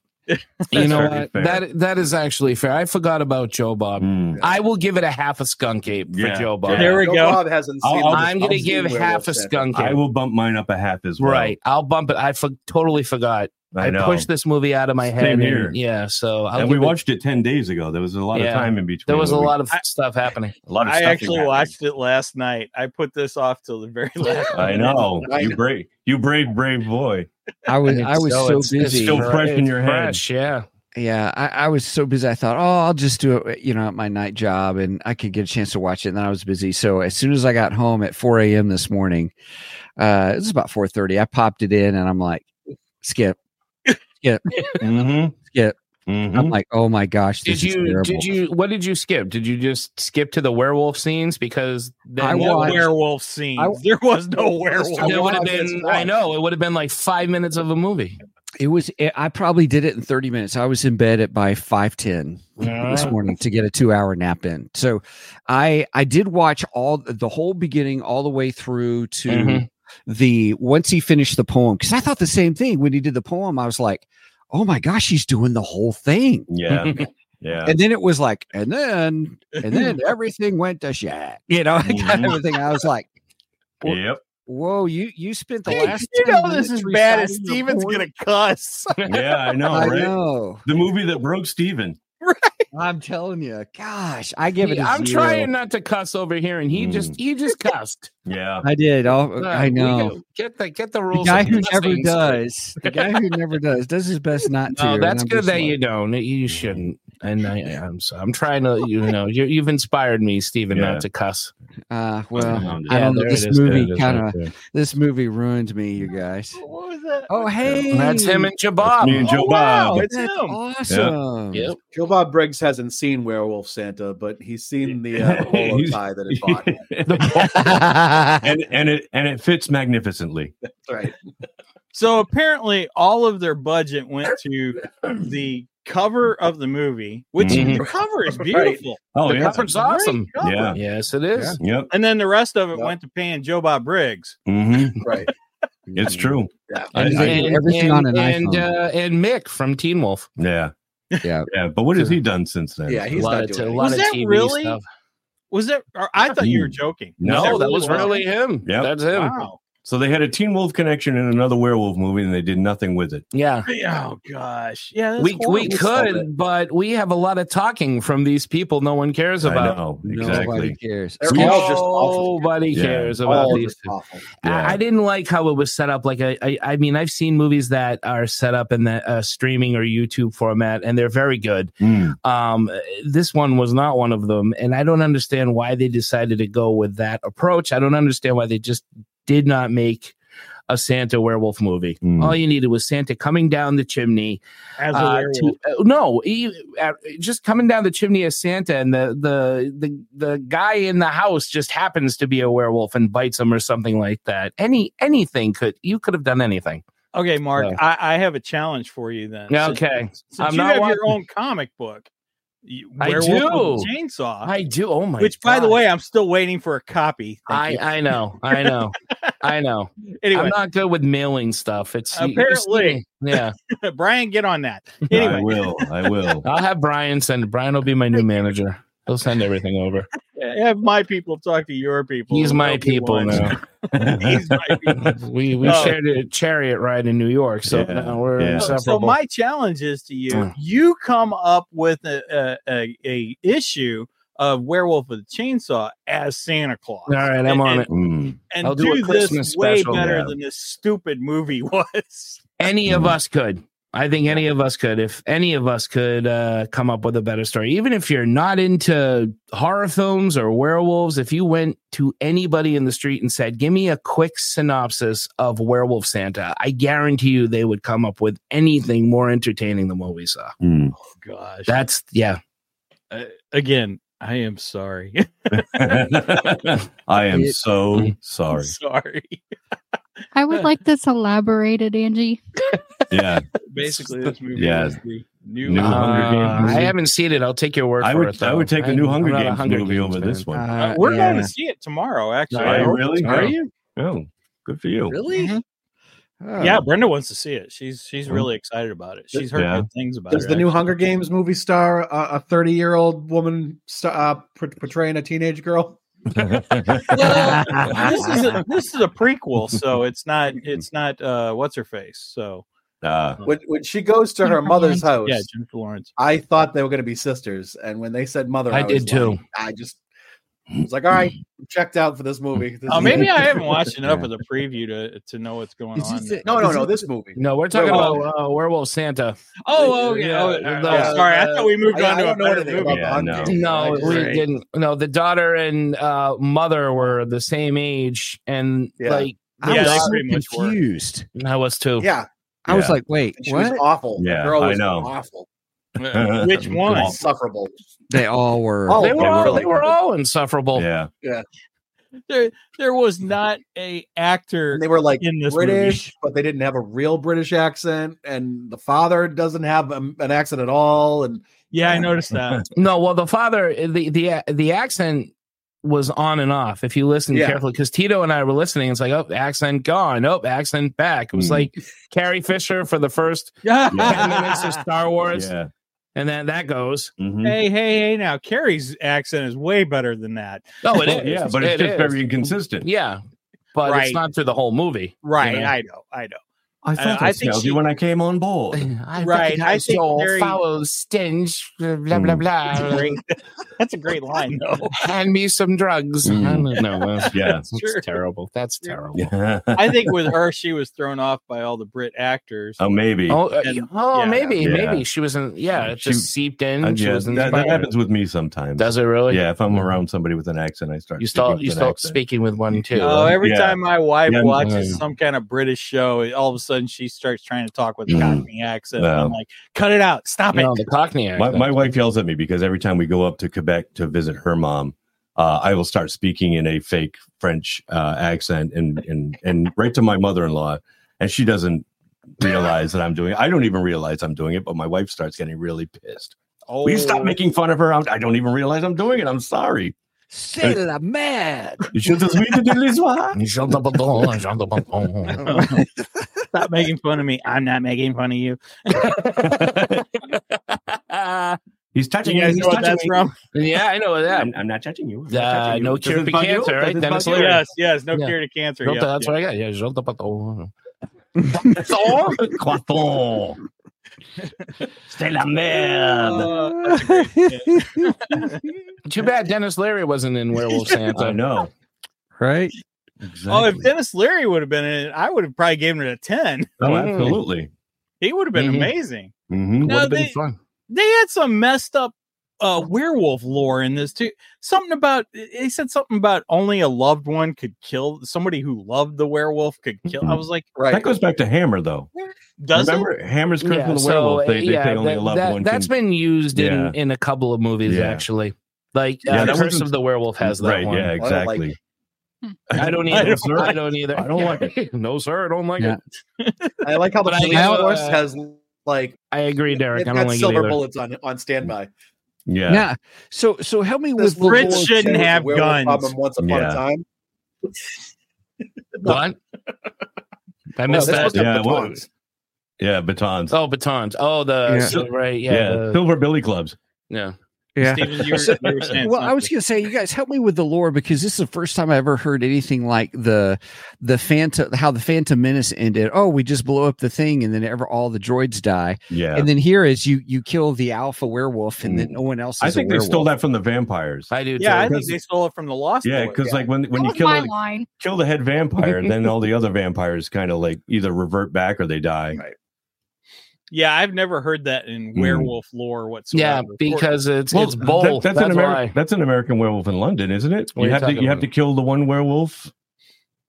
S10: You know
S2: very
S10: what?
S2: fair. Mm.
S10: That that is actually fair. I forgot about Joe Bob. I will give it a half a skunk ape for
S2: Yeah.
S10: Joe Bob.
S2: Yeah. There we
S5: Joe
S2: go.
S5: Bob hasn't seen.
S10: I'll-
S5: this.
S10: I'm gonna
S5: I've seen
S10: give
S5: Werewolf
S10: half a
S5: Santa.
S10: skunk
S2: I
S10: ape.
S2: will bump mine up a half as well.
S10: Right. I'll bump it. I for, totally forgot.
S2: I
S10: I,
S2: know.
S10: pushed this movie out of my head.
S2: Same
S10: and-
S2: here.
S10: yeah. So I'll
S2: and we
S10: give it-
S2: watched it ten days ago. There was a lot of
S10: yeah.
S2: time in between.
S10: There was a
S2: where we-
S10: lot of stuff happening.
S2: a lot of
S4: I
S2: stuff
S4: actually
S2: happened.
S4: watched it last night. I put this off till the very last.
S2: I
S4: minute.
S2: know you brave, you brave, brave boy.
S1: I was I was so, busy.
S2: still fresh in your head.
S10: yeah.
S1: Yeah, I, I was so busy. I thought, oh, I'll just do it, you know, at my night job, and I could get a chance to watch it. And then I was busy, so as soon as I got home at 4 a.m. this morning, uh, it was about 4:30. I popped it in, and I'm like, skip, skip,
S2: Mm-hmm.
S1: skip.
S10: Mm-hmm.
S1: I'm like, oh my gosh, this
S10: Did
S1: is
S10: you?
S1: terrible.
S10: Did you? What did you skip? Did you just skip to the werewolf scenes because then
S1: I
S4: No
S1: watched-
S4: werewolf scene.
S1: I-
S4: there was no werewolf.
S10: There would have been. I know it would have been like five minutes of a movie.
S1: It was. It, I probably did it in thirty minutes. I was in bed at by five ten this
S10: Yeah.
S1: morning to get a two hour nap in. So, I I did watch all the whole beginning all the way through to
S2: Mm-hmm.
S4: Mm-hmm.
S10: Mhm.
S1: the once he finished the poem because I thought the same thing when he did the poem. I was like, oh my gosh, he's doing the whole thing.
S2: Yeah. Yeah.
S1: And then it was like, and then and then everything went to shit. You know, I
S4: Mm-hmm.
S1: got everything. I was like,
S2: Yep.
S1: whoa, you you spent the
S4: Hey,
S1: last
S4: you
S1: 10
S4: know this
S1: minutes
S4: is bad as
S1: reciting the
S4: Steven's
S1: poem.
S4: gonna cuss.
S2: Yeah, I know,
S1: I
S2: right?
S1: know.
S2: The movie that broke Steven.
S1: I'm telling you, gosh, I give it. i
S10: I'm trying not to cuss over here, and he just he just cussed.
S2: Yeah.
S1: I did. All,
S10: Uh,
S1: Mm. I
S10: we
S1: know.
S10: go- Get the get the
S1: The
S10: rules.
S1: guy
S10: of
S1: who never
S10: cussing straight.
S1: does. The guy who never does does his best not to.
S10: No,
S1: and
S10: Oh, that's
S1: I'm
S10: good
S1: just
S10: that
S1: like,
S10: you don't. You shouldn't. And I, I'm so, I'm trying to you know you you've inspired me, Stephen,
S1: Yeah.
S10: not to cuss.
S1: Uh, well, I
S10: Yeah,
S1: don't know.
S10: there it
S1: This
S10: is. There it
S1: movie
S10: is right
S1: kind of
S10: there.
S1: this movie ruined me, you guys.
S4: What was that?
S1: Oh hey,
S10: That's him and Jabbar.
S5: Bob.
S10: me and Joe Oh, wow, Bob.
S1: it's him. awesome. Yep.
S5: Joe Bob Briggs hasn't seen Werewolf Santa, but he's seen the uh, polo
S2: He's-
S5: tie that he bought.
S2: and and it and it fits magnificently.
S5: right.
S4: So apparently, all of their budget went to the cover of the movie, which
S10: Mhm.
S4: the cover is
S10: Right.
S4: beautiful.
S10: Oh,
S4: The
S10: yeah.
S4: cover's
S10: It's awesome.
S4: great cover.
S10: Yeah. Yes, it is. Yeah. Yep.
S4: And then the rest of it went to paying Joe Bob Briggs.
S2: Mm-hmm.
S5: Right.
S2: It's true.
S10: And,
S2: I- I-
S10: and- and- and, uh, and Mick from Teen Wolf.
S2: yeah.
S1: Yeah.
S2: Yeah. But what has he done since then?
S10: Yeah, he's A lot not of doing t- a lot
S4: Was
S10: of
S4: that
S10: TV
S4: really?
S10: stuff.
S4: Was that? Or I thought you were joking.
S10: Mm. No, that was really him.
S2: Yep.
S10: That's him.
S4: Wow.
S2: So they had a Teen Wolf connection in another werewolf movie, and they did nothing with it.
S10: Yeah.
S4: Oh gosh. Yeah. that's
S10: we we
S4: horrible.
S10: could, but we have a lot of talking from these people. No one cares
S2: I
S10: about.
S2: know, exactly. Nobody
S1: cares.
S5: They're all just awful.
S10: Nobody
S5: Yeah.
S10: cares about
S5: All
S10: these.
S5: just awful.
S10: I, I didn't like how it was set up. Like I, I, I mean, I've seen movies that are set up in the uh, streaming or YouTube format, and they're very good.
S2: Mm.
S10: Um, this one was not one of them, and I don't understand why they decided to go with that approach. I don't understand why they just did not make a Santa werewolf movie. All you needed was Santa coming down the chimney
S4: As a
S10: to- uh, no, he, uh, just coming down the chimney as Santa, and the the the the guy in the house just happens to be a werewolf and bites him or something like that. Any anything could you could have done anything.
S4: Okay, Mark.
S10: Yeah.
S4: I, I have a challenge for you then.
S10: Yeah,
S4: Since-
S10: okay.
S4: Since
S10: I'm
S4: you
S10: not
S4: have
S10: watching-
S4: your own comic book. you-
S10: I
S4: Werewolf with
S10: do.
S4: a Chainsaw.
S10: I do. Oh my!
S4: Which, by the way, I'm still waiting for a copy. Thank
S10: I
S4: you.
S10: I know I know I know.
S4: Anyway.
S10: I'm not good with mailing stuff. It's you- you
S4: Apparently.
S10: see me- yeah.
S4: Brian, get on that. Anyway,
S10: I
S2: will. I will.
S10: I'll have Brian send. Brian will be my new manager. He'll send everything over.
S4: have my people talk to your people.
S10: He's my
S4: They'll be
S10: people
S4: ones.
S10: now.
S4: He's my people.
S10: We we
S4: Oh.
S10: shared a chariot ride in New York, so
S4: Yeah.
S10: now we're
S4: So- So
S10: inseparable.
S4: my challenge is to you:
S10: Mm.
S4: you come up with a, a, a, a issue of Werewolf with a Chainsaw as Santa Claus.
S10: All right, I'm
S4: And-
S10: on it.
S2: Mm.
S4: and
S10: I'll do
S4: do,
S10: a
S4: this
S10: Christmas
S4: way
S10: special.
S4: better
S10: Yeah.
S4: than this stupid movie was.
S10: Any
S2: Mm-hmm.
S10: of us could. I think any of us could. If any of us could uh, come up with a better story, even if you're not into horror films or werewolves, if you went to anybody in the street and said, "Give me a quick synopsis of Werewolf Santa," I guarantee you they would come up with anything more entertaining than what we saw.
S2: Mm.
S4: Oh gosh.
S10: That's yeah.
S4: Uh, again, I am sorry.
S2: I am so sorry.
S4: sorry.
S12: I would like this elaborated, Angie.
S2: Yeah.
S4: Basically, this movie
S2: Yeah.
S4: is the new,
S2: New Hunger
S10: Uh,
S2: Games movie.
S10: I haven't seen it. I'll take your word
S2: I
S10: for
S2: would-
S10: it.
S2: I would take the new Hunger
S10: Game
S2: Games movie over this one.
S4: Uh, we're going to see it tomorrow, actually.
S2: Are you really?
S4: Are you?
S2: Oh, good for you.
S1: Really? Oh,
S4: Yeah, Brenda wants to see it. She's she's really excited about it. She's heard
S5: Yeah.
S4: good things about
S5: Does
S4: it.
S5: the new
S4: actually.
S5: Hunger Games movie star uh, a 30 year old woman sta uh, por- portraying a teenage girl?
S4: this is a, this is a prequel, so it's not it's not uh what's her face. So
S5: when, when she goes to her
S4: Jennifer
S5: mother's house,
S4: Lawrence. Yeah, Jennifer Lawrence.
S5: I thought they were going to be sisters, and when they said mother,
S10: I
S5: was
S10: did too.
S5: like- I just I was like, all right, I'm checked out for this movie. This
S4: Oh,
S5: is-
S4: maybe I haven't watched enough of the preview to to know what's going
S5: Is
S4: on.
S5: this it- No, no, is no, it- this movie.
S10: No, we're talking
S4: Werewolf.
S10: about uh, Werewolf Santa.
S4: Oh, oh, yeah. Oh,
S10: Yeah,
S4: all right.
S10: the-
S4: Oh, sorry, I thought we moved
S10: I-
S4: on to
S10: I
S4: a
S10: don't know
S4: better
S10: anything
S4: movie.
S10: about the Hunger Games. No, we didn't. No, the daughter and uh, mother were the same age, and like
S1: I
S10: the
S1: was
S10: daughter-
S1: so confused.
S10: I was too.
S5: Yeah,
S1: I was like, wait,
S5: And she
S1: what?
S5: was awful.
S10: Yeah,
S5: the girl
S10: I
S5: was
S10: know.
S5: awful.
S10: Which one?
S5: Insufferable.
S1: They all were.
S10: they were all they were all insufferable.
S2: Yeah.
S5: Yeah.
S4: There, there was not a actor.
S5: they were like
S4: in this
S5: British, but they didn't have a real British accent, and the father doesn't have um, an accent at all. And
S4: yeah, I noticed that.
S10: No, well, the father, the the the accent was on and off. If you listen
S5: Yeah.
S10: carefully, because Tito and I were listening, it's like, oh, accent gone, oh, accent back. It was
S2: Mm.
S10: like Carrie Fisher for the first
S4: yeah.
S10: ten minutes of Star Wars.
S2: Yeah. mm-hmm.
S10: and then that goes.
S4: Hey, hey, hey! Now Carrie's accent is way better than that.
S10: Oh, it is.
S2: yeah, but it's
S10: It
S2: just
S10: is.
S2: very inconsistent.
S10: Yeah, but
S4: Right.
S10: it's not through the whole movie,
S4: Right,
S10: you know?
S4: I know, I know.
S2: I
S4: Uh,
S2: thought I,
S4: I think
S2: smelled
S4: she-
S2: you when I came on board.
S10: I
S4: Right, I
S10: recognize
S4: think
S10: your
S4: Carrie-
S10: foul stench. Blah blah
S4: That's a
S10: blah.
S4: great, that's a great line, though.
S10: Hand me some drugs.
S2: Mm.
S10: No, that's-
S2: Yeah.
S10: that's terrible. That's terrible.
S4: I think with her, she was thrown off by all the Brit actors.
S2: Oh, maybe.
S10: Oh, uh,
S4: And-
S10: oh
S4: yeah.
S10: maybe,
S2: Yeah.
S10: maybe she wasn't. Yeah, it just
S2: She-
S10: seeped in.
S2: Uh,
S10: she
S2: yeah,
S10: was
S2: that, that
S10: inspired.
S2: happens with me sometimes. Does
S10: it really?
S2: Yeah, if I'm around somebody with an accent, I start.
S10: You start.
S2: speaking
S10: You
S2: with an
S10: start
S2: accent.
S10: speaking with one too.
S4: Oh, every
S2: Yeah.
S4: time my wife
S2: Yeah, I'm-
S4: watches
S2: Mm.
S4: some kind of British show, it- all of a sudden she starts trying to talk with a
S2: Mm.
S4: Cockney accent. and I'm
S2: No.
S4: like, cut it out, stop
S10: No,
S4: it.
S10: the Cockney
S2: My,
S10: accent.
S2: my wife yells at me because every time we go up to Quebec to visit her mom, uh, I will start speaking in a fake French uh, accent and and and right to my mother-in-law, and she doesn't realize that I'm doing. it. I don't even realize I'm doing it, but my wife starts getting really pissed.
S4: Oh.
S2: Will you stop making fun of her? I'm, I don't even realize I'm doing it. I'm sorry.
S1: C'est la merde.
S2: Je te suis de l'histoire.
S10: Jean de Bouton, Jean de Bouton.
S4: Stop making fun of me. I'm not making fun of you.
S2: He's touching
S4: You
S2: me,
S4: guys
S2: he's
S4: know what
S2: touching
S4: that's
S2: me.
S4: from?
S10: Yeah, I know that.
S2: I'm, I'm not touching you. I'm not
S10: Uh,
S2: touching
S10: no
S2: you. Does
S10: cure
S2: it
S10: for
S2: bug you?
S10: cancer,
S2: Does
S10: right,
S2: it
S10: Dennis
S2: bug you?
S10: Leary?
S4: Yes, yes, no
S10: Yeah.
S4: cure to cancer.
S10: Jean de-
S4: yeah,
S10: that's
S4: yeah.
S10: what I got. Yeah, Jean de Bouton.
S2: That's all. Croissant. C'est la merde.
S10: Too bad Dennis Leary wasn't in Werewolf Santa.
S2: I know.
S10: Right?
S4: Oh, if Dennis Leary would have been in it, I would have probably given it a 10.
S2: Oh, absolutely.
S4: He would have been
S2: Mhm.
S4: amazing.
S2: Mm-hmm.
S4: No, Would've been they-
S10: fun.
S4: They had some messed up uh, werewolf lore in this too. Something about they said something about only a loved one could kill somebody who loved the werewolf could kill. I was like,
S2: That goes back to Hammer, though.
S4: does it?
S2: Remember, Hammer's Curse
S10: Yeah,
S2: of the
S10: so,
S2: Werewolf. They, they
S10: yeah,
S2: say only a
S10: that-
S2: loved
S10: that-
S2: one
S10: That's
S2: can.
S10: been used
S2: Yeah.
S10: in, in a couple of movies,
S2: Yeah.
S10: actually. Like,
S2: Yeah,
S10: uh,
S2: that
S10: Curse
S2: wasn't-
S10: of the Werewolf has that
S2: right,
S10: one.
S2: yeah, exactly.
S10: I don't
S2: I
S10: either.
S2: don't-
S10: I don't either.
S2: I don't like it.
S10: no, sir. I don't like
S1: Yeah.
S10: it.
S5: I like how the
S10: But I
S5: police
S10: know,
S5: force
S10: uh,
S5: has like
S10: I agree, Derek.
S5: it's
S10: I don't
S5: got
S10: like it
S5: silver
S10: either.
S5: bullets on on standby.
S2: Yeah.
S1: Yeah. So so help me
S5: This
S1: with the
S5: werewolf
S1: lore
S5: shit
S1: too.
S5: was a werewolf Problem once upon
S2: Yeah.
S5: a time.
S10: What?
S2: Oh,
S5: No,
S10: I missed
S5: this was
S10: that.
S5: the
S2: Yeah, what-
S5: batons.
S2: Yeah, batons.
S10: Oh, batons. Oh, the
S1: Yeah.
S10: sil- right.
S2: yeah,
S10: Yeah. the-
S2: silver billy clubs.
S10: yeah.
S1: Yeah.
S4: Steven, you were,
S1: So-
S4: you were saying
S1: well, I was
S4: something.
S1: gonna say, you guys help me with the lore because this is the first time I ever heard anything like the the Phantom how the Phantom Menace ended. Oh, we just blow up the thing and then ever all the droids die.
S2: Yeah.
S1: And then here is you you kill the alpha werewolf and then no one else. Is
S2: I think
S1: a
S2: they stole
S1: werewolf.
S2: that from the vampires.
S10: I do.
S4: yeah, I
S10: too.
S4: think they stole it from the Lost.
S2: Yeah,
S4: Boys.
S2: because like when when you
S12: was
S2: kill
S12: my
S2: the,
S12: line.
S2: kill the head vampire, then all the other vampires kind of like either revert back or they die.
S4: yeah, I've never heard that in
S2: Mm.
S4: werewolf lore whatsoever.
S10: yeah, because it's it's
S2: that-
S10: bold.
S2: that's,
S10: that's
S2: an
S10: why.
S2: American. That's an American werewolf in London, isn't it?
S10: What are
S2: you
S10: you
S2: have to
S10: talking
S2: you have
S10: about?
S2: to kill the one werewolf,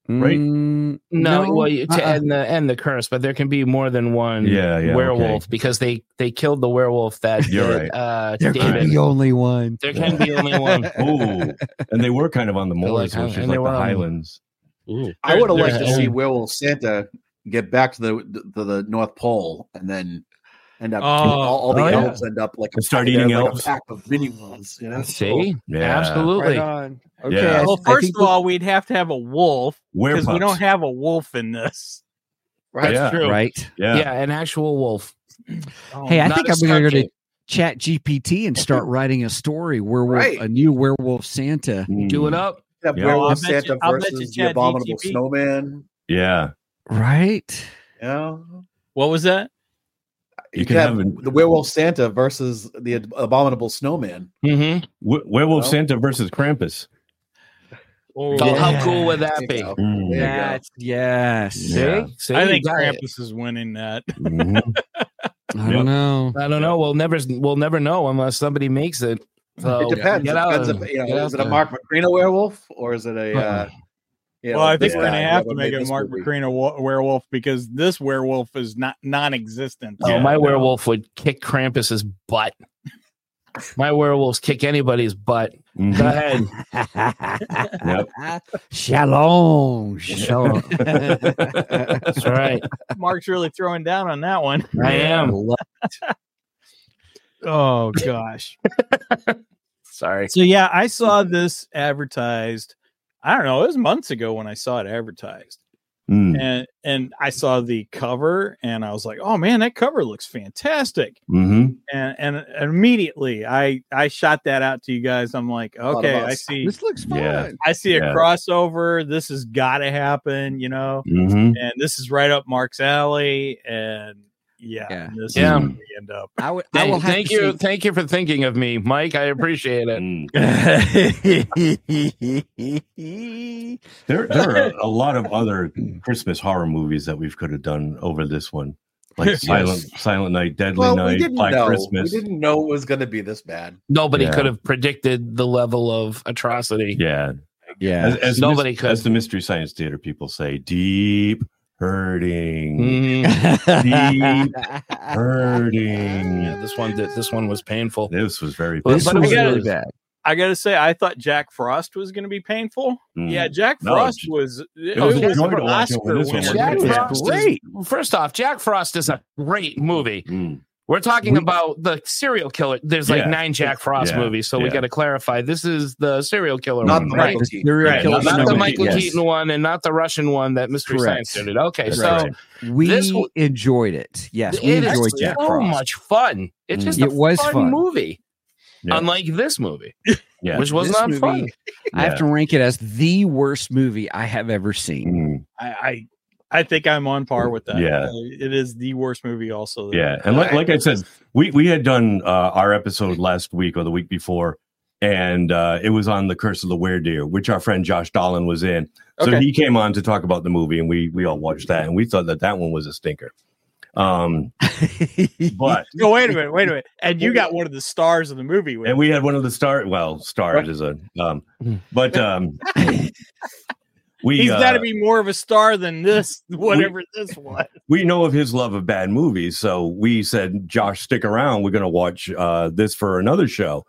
S2: right?
S1: Mm,
S10: No, well, you, to
S1: uh-uh.
S10: end the end the curse, but there can be more than one
S2: Yeah, yeah,
S10: werewolf
S2: okay.
S10: because they they killed the werewolf that
S2: You're
S10: did,
S2: right.
S10: uh,
S1: there could
S10: David.
S1: be only one.
S10: There can be only one.
S2: Oh, and they were kind of on the moors,
S10: like,
S2: which
S10: and
S2: is
S10: they
S2: like
S10: were
S2: the
S10: on-
S2: Highlands.
S5: I would have liked to
S10: There's-
S5: see Werewolf Santa get back to the the, the North Pole and then end up
S4: Oh.
S5: all, all the
S10: Oh, yeah.
S5: elves end up like
S2: And start eating
S5: like
S2: elves.
S5: a pack of mini ones. You know,
S10: See,
S2: Yeah.
S1: Right
S10: absolutely.
S1: on. Okay.
S2: Yeah.
S1: I-
S4: well,
S1: I
S4: first
S1: think
S4: of all, we'd have to have a wolf because we
S2: Werewolves.
S4: don't have a wolf in this.
S10: Right.
S2: Yeah.
S1: we-
S4: True.
S1: right.
S2: Yeah.
S10: Yeah. an actual wolf.
S4: Oh,
S1: Hey, I
S10: Not
S1: think
S10: a
S1: I'm going to go
S10: stuffed
S1: to Chat GPT and start writing a story werewolf,
S5: Right.
S1: a new werewolf Santa.
S10: Do it
S2: Mm.
S10: up.
S5: Have
S2: Yeah.
S4: I'll
S5: Werewolf
S4: bet you-
S5: Santa
S4: I'll bet you
S5: versus the
S4: Chad
S5: abominable
S4: DTP.
S5: snowman.
S2: Yeah.
S1: Right.
S5: Yeah,
S4: what was that?
S2: You
S5: you
S2: can
S5: could have
S2: have an-
S5: the Werewolf Santa versus the ab- abominable snowman.
S10: Mm-hmm.
S2: W- werewolf
S5: Well.
S2: Santa versus Krampus.
S4: Oh,
S10: Oh, how
S1: Yeah.
S10: cool would that
S5: There you
S10: be?
S5: go.
S2: Mm.
S5: There you go.
S1: That's yes.
S10: See,
S2: Yeah.
S10: See?
S4: I think
S10: You got it.
S4: Krampus is winning that.
S2: Mhm.
S1: I don't know.
S10: I don't know. We'll never we'll never know unless somebody makes it. So
S5: It depends.
S10: Get
S5: it
S10: out,
S5: depends if, you
S10: get
S5: know,
S10: out
S5: is it a
S10: there.
S5: Mark McCrino werewolf or is it a?
S10: Uh-uh.
S5: Uh, you know,
S4: well, I think
S5: this
S4: we're gonna
S5: guy,
S4: have to
S5: whoever
S4: make
S5: made
S4: a
S5: this
S4: Mark
S5: movie?
S4: McCreen a wa- werewolf because this werewolf is not non-existent.
S10: Oh,
S2: Yeah,
S10: my
S2: no.
S10: werewolf would kick Krampus's butt. My werewolves kick anybody's butt. Go
S2: Mhm.
S10: ahead.
S1: Shalom.
S10: Shalom. That's right.
S4: Mark's really throwing down on that one.
S10: I am.
S4: Oh gosh.
S10: Sorry.
S4: So yeah, I oh, saw this advertised. I don't know. It was months ago when I saw it advertised.
S2: Mm.
S4: and and I saw the cover and I was like, oh man, that cover looks fantastic.
S2: Mm-hmm.
S4: And and immediately I I shot that out to you guys. I'm like,
S1: lot of
S4: okay, I
S1: us.
S4: see
S1: This looks fun.
S2: Yeah.
S4: I see a
S2: Yeah.
S4: crossover. This has got to happen, you know.
S2: Mhm.
S4: And this is right up Mark's alley. And yeah,
S1: Yeah.
S4: this
S10: Yeah.
S2: Mm.
S4: is where we end up.
S1: I would.
S10: Thank, thank you, thank you for thinking of me, Mike. I appreciate
S2: Mm.
S10: it.
S2: There, there are a lot of other Christmas horror movies that we could have done over this one, like
S10: Yes.
S2: Silent Silent Night, Deadly
S5: Well, we
S2: Night,
S5: didn't
S2: Black
S5: know.
S2: Christmas.
S5: We didn't know it was going to be this bad.
S10: Nobody
S2: Yeah.
S10: could have predicted the level of atrocity.
S2: Yeah,
S1: yeah.
S2: As, as
S10: Nobody
S2: mys-
S10: could.
S2: As the Mystery Science Theater people say, deep hurting,
S10: Mm. Mhm.
S2: deep hurting.
S10: Yeah, this one, did, this one was painful.
S2: This was very.
S10: But-
S1: This
S10: but
S1: was
S10: I gotta-
S1: really bad.
S4: I gotta say, I thought Jack Frost was gonna be painful.
S2: Mm.
S4: Yeah, Jack
S2: No,
S4: Frost
S2: it-
S4: was it,
S2: was a
S4: was
S2: joy to
S4: an
S2: watch over
S4: Oscar
S2: this one.
S4: winner.
S2: Jack
S4: It was
S10: Frost is-
S4: great.
S10: first off, Jack Frost is a great movie.
S2: Mm.
S10: We're talking
S2: We-
S10: about the serial killer. There's like
S2: Yeah.
S10: nine Jack Frost
S2: Yeah.
S10: movies, so we
S2: Yeah.
S10: got to clarify. This is the serial killer,
S5: Not
S10: one,
S5: the
S10: right?
S5: Michael Keaton. Serial
S10: Right.
S5: killer
S10: not the
S5: one.
S10: Michael
S5: Yes.
S10: Keaton one, and not the Russian one that Mystery
S1: Correct.
S10: Science did. Okay,
S1: That's
S10: so
S1: right. we
S10: this w-
S1: enjoyed it. Yes, we
S10: it is
S1: enjoyed
S10: so
S1: Jack Frost.
S10: much fun. It's
S1: Mm.
S10: just
S1: It
S10: a
S1: was
S10: fun,
S1: fun.
S10: movie,
S2: Yeah.
S10: unlike this movie,
S2: Yeah.
S10: which was
S1: This
S10: not
S1: movie-
S10: fun.
S1: I have to rank it as the worst movie I have ever seen.
S2: Mm.
S4: I, I I think I'm on par with that.
S2: Yeah.
S4: Uh, it is the worst movie. Also, that-
S2: Yeah, and like, like I said, we we had done uh, our episode last week or the week before, and uh, it was on the Curse of the Werdeer, which our friend Josh Dolan was in. So
S4: Okay.
S2: he came on to talk about the movie, and we we all watched that, and we thought that that one was a stinker. Um,
S1: Mm.
S2: but
S4: No, wait a minute, wait a minute, and you got one of the stars of the movie. With
S2: and we had one of the star well stars is a um, but um, we
S4: He's got to
S2: uh,
S4: be more of a star than this, whatever this was.
S2: we know of his love of bad movies, so we said, "Josh, stick around. We're going to watch uh, this for another show."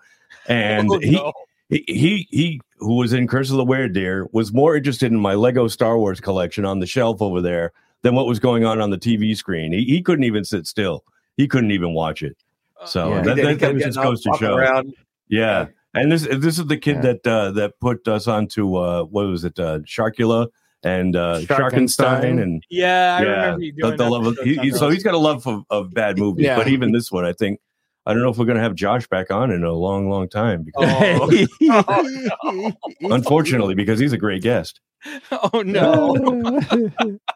S2: And
S4: Oh,
S2: he,
S4: no.
S2: he, he, he, who was in Curse of the Were Deer, was more interested in my Lego Star Wars collection on the shelf over there than what was going on on the TV screen. He, he couldn't even sit still. He couldn't even watch it. So
S1: Yeah.
S2: that,
S5: Uh, He
S2: that,
S5: kept
S2: that
S5: getting
S2: just
S5: up,
S2: goes to
S5: walking
S2: show.
S5: around.
S2: Yeah. And this this is the kid
S1: Yeah.
S2: that uh, that put us onto uh, what was it uh, Sharkula and uh,
S10: Sharkenstein.
S2: Sharkenstein and
S4: Yeah, I remember you
S2: the-
S4: doing
S2: the
S4: that
S2: love of-
S4: episode
S2: he- he- so
S4: sometimes.
S2: he's got a love of, of bad movies,
S10: Yeah.
S2: but even this one, I think, I don't know if we're going to have Josh back on in a long, long time. Because,
S4: Oh,
S2: Unfortunately, because he's a great guest.
S4: oh no!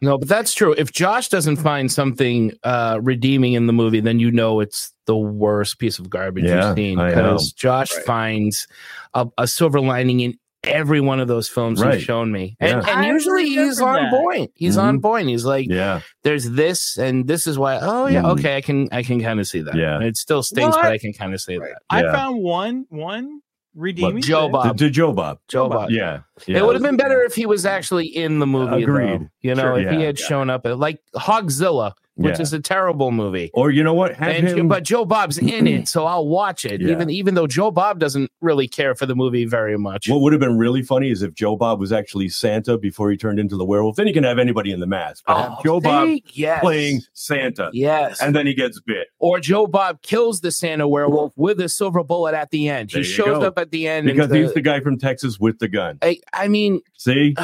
S10: No, but that's true. If Josh doesn't find something uh, redeeming in the movie, then you know it's the worst piece of garbage
S2: Yeah,
S10: you've seen
S2: I
S10: because
S2: know.
S10: Josh
S5: Right.
S10: finds a, a silver lining in every one of those films
S2: Right.
S10: he's shown me,
S2: Yeah.
S10: and, and
S4: I
S10: usually he's
S4: remember
S10: on
S4: that.
S10: point. He's on
S2: Mhm.
S10: point. He's like,
S2: Yeah.
S10: "There's this, and this is why." Oh yeah,
S2: Mhm.
S10: okay, I can I can kind of see that.
S2: Yeah.
S10: it still stings,
S4: What?
S10: but I can kind of see that.
S4: I
S2: Yeah.
S4: found one one redeeming.
S10: But Joe
S4: thing.
S2: To,
S10: Bob,
S2: to Joe Bob.
S10: Joe Bob,
S2: Yeah. yeah.
S10: it would have been better if he was actually in the movie.
S2: Agreed.
S10: though. You know,
S2: Sure,
S10: if he
S2: yeah,
S10: had shown up, at, like Hogzilla, which
S2: Yeah.
S10: is a terrible movie.
S2: Or you know what? Have
S10: And,
S2: him,
S10: but Joe Bob's in it, so I'll watch it.
S2: Yeah.
S10: Even even though Joe Bob doesn't really care for the movie very much.
S2: what would have been really funny is if Joe Bob was actually Santa before he turned into the werewolf. Then you can have anybody in the mask. But have uh, Joe Bob
S10: thank- Oh, yes.
S2: playing Santa.
S10: Yes.
S2: And then he gets bit.
S10: or Joe Bob kills the Santa werewolf with a silver bullet at the end.
S2: There
S10: he
S2: you
S10: shows
S2: go.
S10: up at the end and
S2: Because
S10: the- Uh,
S2: he's the guy from Texas with the gun.
S10: I, I mean,
S2: See?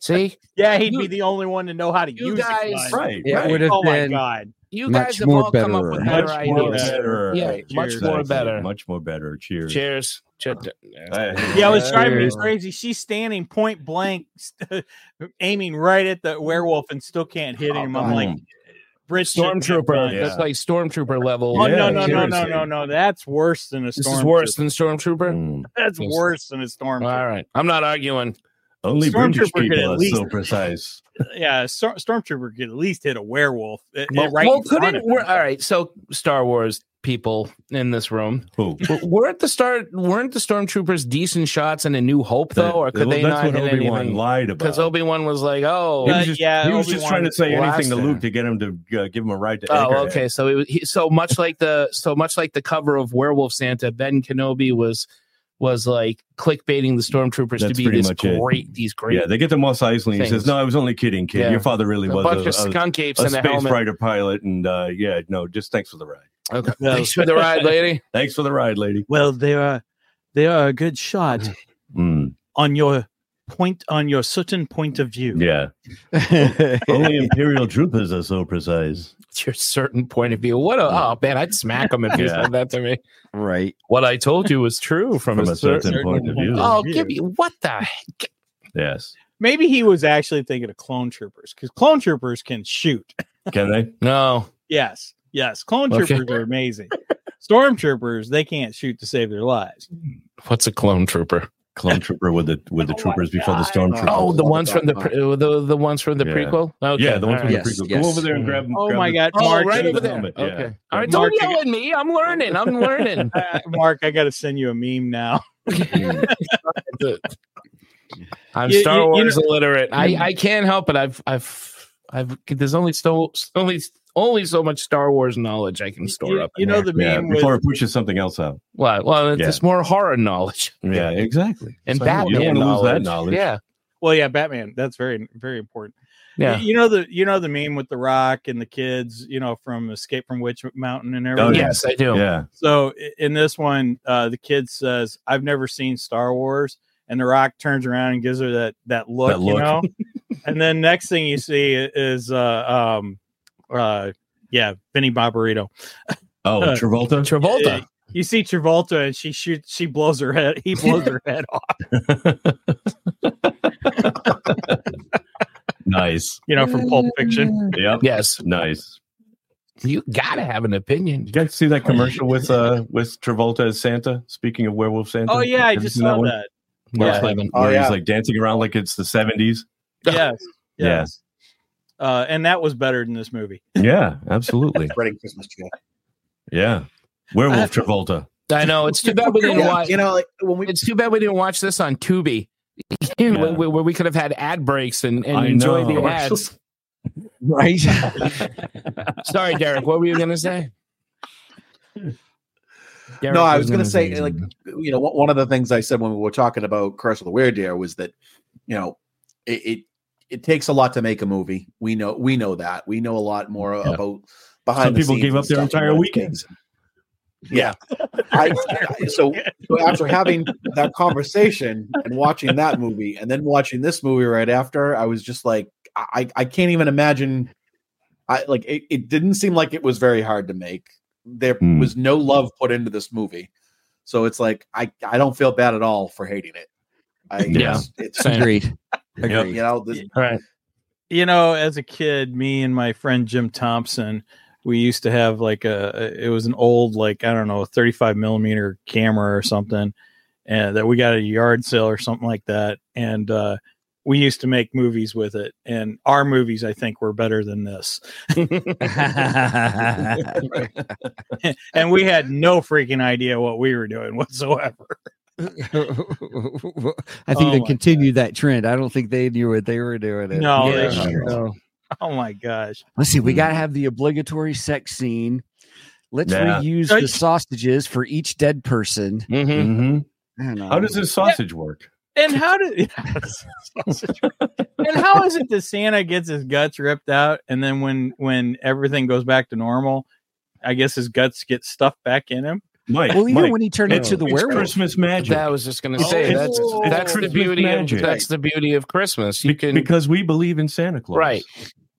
S10: see,
S4: yeah, he'd be
S10: You-
S4: the only one to know how to
S10: you
S4: use it,
S10: guys-
S4: guys.
S2: Right.
S1: It
S2: right.
S1: would have
S4: Oh my
S1: been
S4: god!
S10: you
S1: Much
S10: guys have
S1: more
S10: all come up
S1: better.
S10: with better
S2: much more
S10: ideas.
S2: better.
S10: Yeah,
S2: Right.
S10: much
S2: Cheers.
S10: more
S2: Exactly.
S10: better.
S2: Much more better. Cheers.
S10: Cheers. Cheers.
S4: Yeah, it
S2: I
S4: was driving me
S10: Uh,
S4: crazy. She's standing point blank, st- aiming right at the werewolf and still can't hit him. I'm like, Brit shouldn't have
S10: Stormtrooper.
S4: done
S2: Yeah.
S10: That's like Stormtrooper level.
S4: that. Oh no,
S2: Yeah,
S4: no, no, no,
S2: seriously.
S4: no, no! That's worse than a storm.
S10: This is worse than Stormtrooper.
S2: Mm.
S4: That's worse than a storm.
S10: All right, I'm not arguing.
S2: Only British
S4: Stormtrooper could
S2: people
S4: at
S2: are so
S4: least-
S2: precise.
S4: yeah, a stor- stormtrooper could at least hit a werewolf. uh,
S10: Well,
S4: right
S10: well
S4: in front
S10: couldn't
S4: of
S10: we're,
S4: him.
S10: all right? So Star Wars people in this room
S2: Who?
S10: w- weren't the star weren't the stormtroopers decent shots in A New Hope though, or could
S2: Well,
S10: they
S2: that's
S10: not
S2: what
S10: hit
S2: Obi-Wan
S10: anything?
S2: lied
S10: Because
S2: about.
S10: Obi Wan was like, "Oh,
S2: he
S4: Uh,
S2: was just,
S4: yeah,
S2: he was just
S4: Obi-Wan
S2: trying to say anything to
S10: blasted
S2: Luke
S10: him.
S2: to get him to uh, give him a ride to.
S10: oh,
S2: Anchorage.
S10: okay." So it was, he, so much like the so much like the cover of Werewolf Santa, Ben Kenobi was was like clickbaiting the stormtroopers to
S2: That's
S10: be
S2: pretty
S10: this
S2: much it.
S10: great, these great,
S2: Yeah, they get to Moss Eisley. and He
S10: Things.
S2: says, "No, I was only kidding, kid.
S10: Yeah.
S2: Your father really
S10: a
S2: was
S10: bunch
S2: a,
S10: of
S2: a-
S10: skunk apes
S2: a
S10: and a
S2: space
S10: helmet.
S2: fighter pilot." And uh, yeah, no, just thanks for the ride.
S10: Okay, thanks for the ride, lady.
S2: Thanks for the ride, lady.
S10: Mm-hmm.
S4: Well, they are they are a good shot
S2: Mm.
S4: on your point on your certain point of view.
S2: Yeah. Only Imperial troopers are so precise.
S10: It's your certain point of view. What a oh man, I'd smack him if he
S2: Yeah.
S10: said that to me.
S1: Right.
S10: What I told you was true from,
S2: From a certain point of view.
S10: Oh, give me what the heck?
S2: Yes.
S4: Maybe he was actually thinking of clone troopers because clone troopers can shoot.
S2: Can they?
S10: No.
S4: Yes. Yes. Clone
S10: Okay.
S4: troopers are amazing. Stormtroopers, they can't shoot to save their lives.
S10: What's a clone trooper?
S2: Clone trooper with the with
S4: Oh
S2: the troopers before the stormtroopers.
S10: Oh, the ones from the pre- the, the ones from the
S2: Yeah.
S10: prequel.
S2: Yeah, the ones from the
S10: alright.
S2: prequel. Go over there and grab-
S4: Oh
S2: grab
S4: my
S2: the-
S4: God.
S10: Oh,
S4: Mark,
S10: right
S4: you-
S10: over there.
S2: helmet, yeah.
S10: Okay. All
S4: Mark,
S10: right. Don't
S4: you-
S10: yell at me. I'm learning. I'm learning.
S4: Uh, Mark, I got to send you a meme now.
S10: I'm
S4: You-
S10: Star
S4: you- you
S10: Wars
S4: know-
S10: illiterate. I,
S2: Mm-hmm.
S10: I can't help it. I've I've I've there's only so only only so much Star Wars knowledge I can store up. in there.
S2: Yeah, before it pushes something else out.
S10: Well, well, it's more horror knowledge.
S2: Yeah, exactly.
S10: And
S2: So, you don't
S10: Batman
S2: wanna lose
S10: knowledge.
S2: that knowledge.
S10: Yeah.
S4: Well, yeah, Batman. That's very, very important.
S10: Yeah.
S4: You, you know the you know the meme with the Rock and the kids, you know, from Escape from Witch Mountain and everything.
S10: yes, I do.
S2: Oh, Yeah.
S4: So i- in this one, uh, the kid says, "I've never seen Star Wars," and the Rock turns around and gives her that that look,
S2: That
S4: you
S2: look.
S4: know. and then next thing you see i- is, uh, um, uh, yeah, Benny Barbarito.
S2: Oh, Travolta? Travolta.
S4: You see Travolta, and she shoots. She blows her head. He blows her head off.
S2: Nice.
S4: You know, from Pulp Fiction.
S2: Yep.
S10: Yes.
S2: Nice.
S10: You gotta have an opinion.
S2: You guys see that commercial with uh with Travolta as Santa? Speaking of werewolf Santa.
S4: Oh yeah,
S2: Have
S4: I
S2: you
S4: just
S2: seen
S4: saw
S2: one?
S4: that.
S2: Where
S4: Yeah.
S2: it's like,
S4: Oh,
S2: where
S4: yeah.
S2: he's like dancing around like it's the seventies.
S4: Yes.
S2: Yeah.
S4: Yes. Uh, and that was better than this movie.
S2: Yeah, absolutely.
S5: Spreading Christmas cheer.
S2: Yeah. Werewolf Travolta.
S10: I know. It's too bad we didn't
S2: Yeah,
S10: watch. You know, it's too bad we didn't watch this on Tubi, where, where we could have had ad breaks and, and
S2: I
S10: enjoy
S2: know.
S10: the ads.
S1: Right.
S10: Sorry, Derek. What were you gonna say? Derek
S5: no, I was going to
S10: gonna
S5: say, like, you know, one one of the things I said when we were talking about Curse of the Weird Deer was that, you know, it, it it takes a lot to make a movie. We know we know that. We know a lot more about behind.
S2: Some
S5: the
S2: people
S5: scenes
S2: gave
S5: and
S2: up their
S5: stuff and
S2: entire
S5: what it
S2: weekend.
S5: takes. Yeah. I, I- so, so after having that conversation and watching that movie and then watching this movie right after, I was just like, I, I can't even imagine. I like it, it didn't seem like it was very hard to make. There
S2: Hmm.
S5: was no love put into this movie. So it's like I, I don't feel bad at all for hating it. I
S10: Yeah.
S5: it's,
S10: Same.
S1: Agreed.
S5: You know, this,
S10: All right.
S4: you know, as a kid, me and my friend Jim Thompson, we used to have like a, it was an old, like, I don't know, 35 millimeter camera or something and that we got at a yard sale or something like that. And, uh, we used to make movies with it, and our movies, I think, were better than this. and we had no freaking idea what we were doing whatsoever.
S1: I think
S4: Oh
S1: they
S4: my
S1: continued that trend. I don't think they knew what they were doing. It.
S4: No, they
S1: Yeah.
S4: sure
S1: No.
S4: Oh my gosh.
S1: Let's see.
S2: Mm-hmm.
S1: We got to have the obligatory sex scene. Let's
S2: Yeah.
S1: reuse
S4: Right.
S1: the sausages for each dead person.
S2: Mm-hmm.
S10: Mm-hmm.
S1: I don't know.
S2: How does this sausage work?
S4: And how did And how is it that Santa gets his guts ripped out and then when when everything goes back to normal, I guess his guts get stuffed back in him?
S2: Mike.
S1: Well, even
S2: Mike,
S1: when he turned
S2: it's-
S1: into the
S2: it's
S1: werewolf.
S2: Christmas magic. Oh,
S10: That was just gonna
S2: It's-
S10: say
S2: it's-
S10: that's
S2: it's
S10: that's the
S2: Christmas
S10: beauty
S2: magic.
S10: of that's the beauty of Christmas. You can
S2: because we believe in Santa Claus.
S10: right.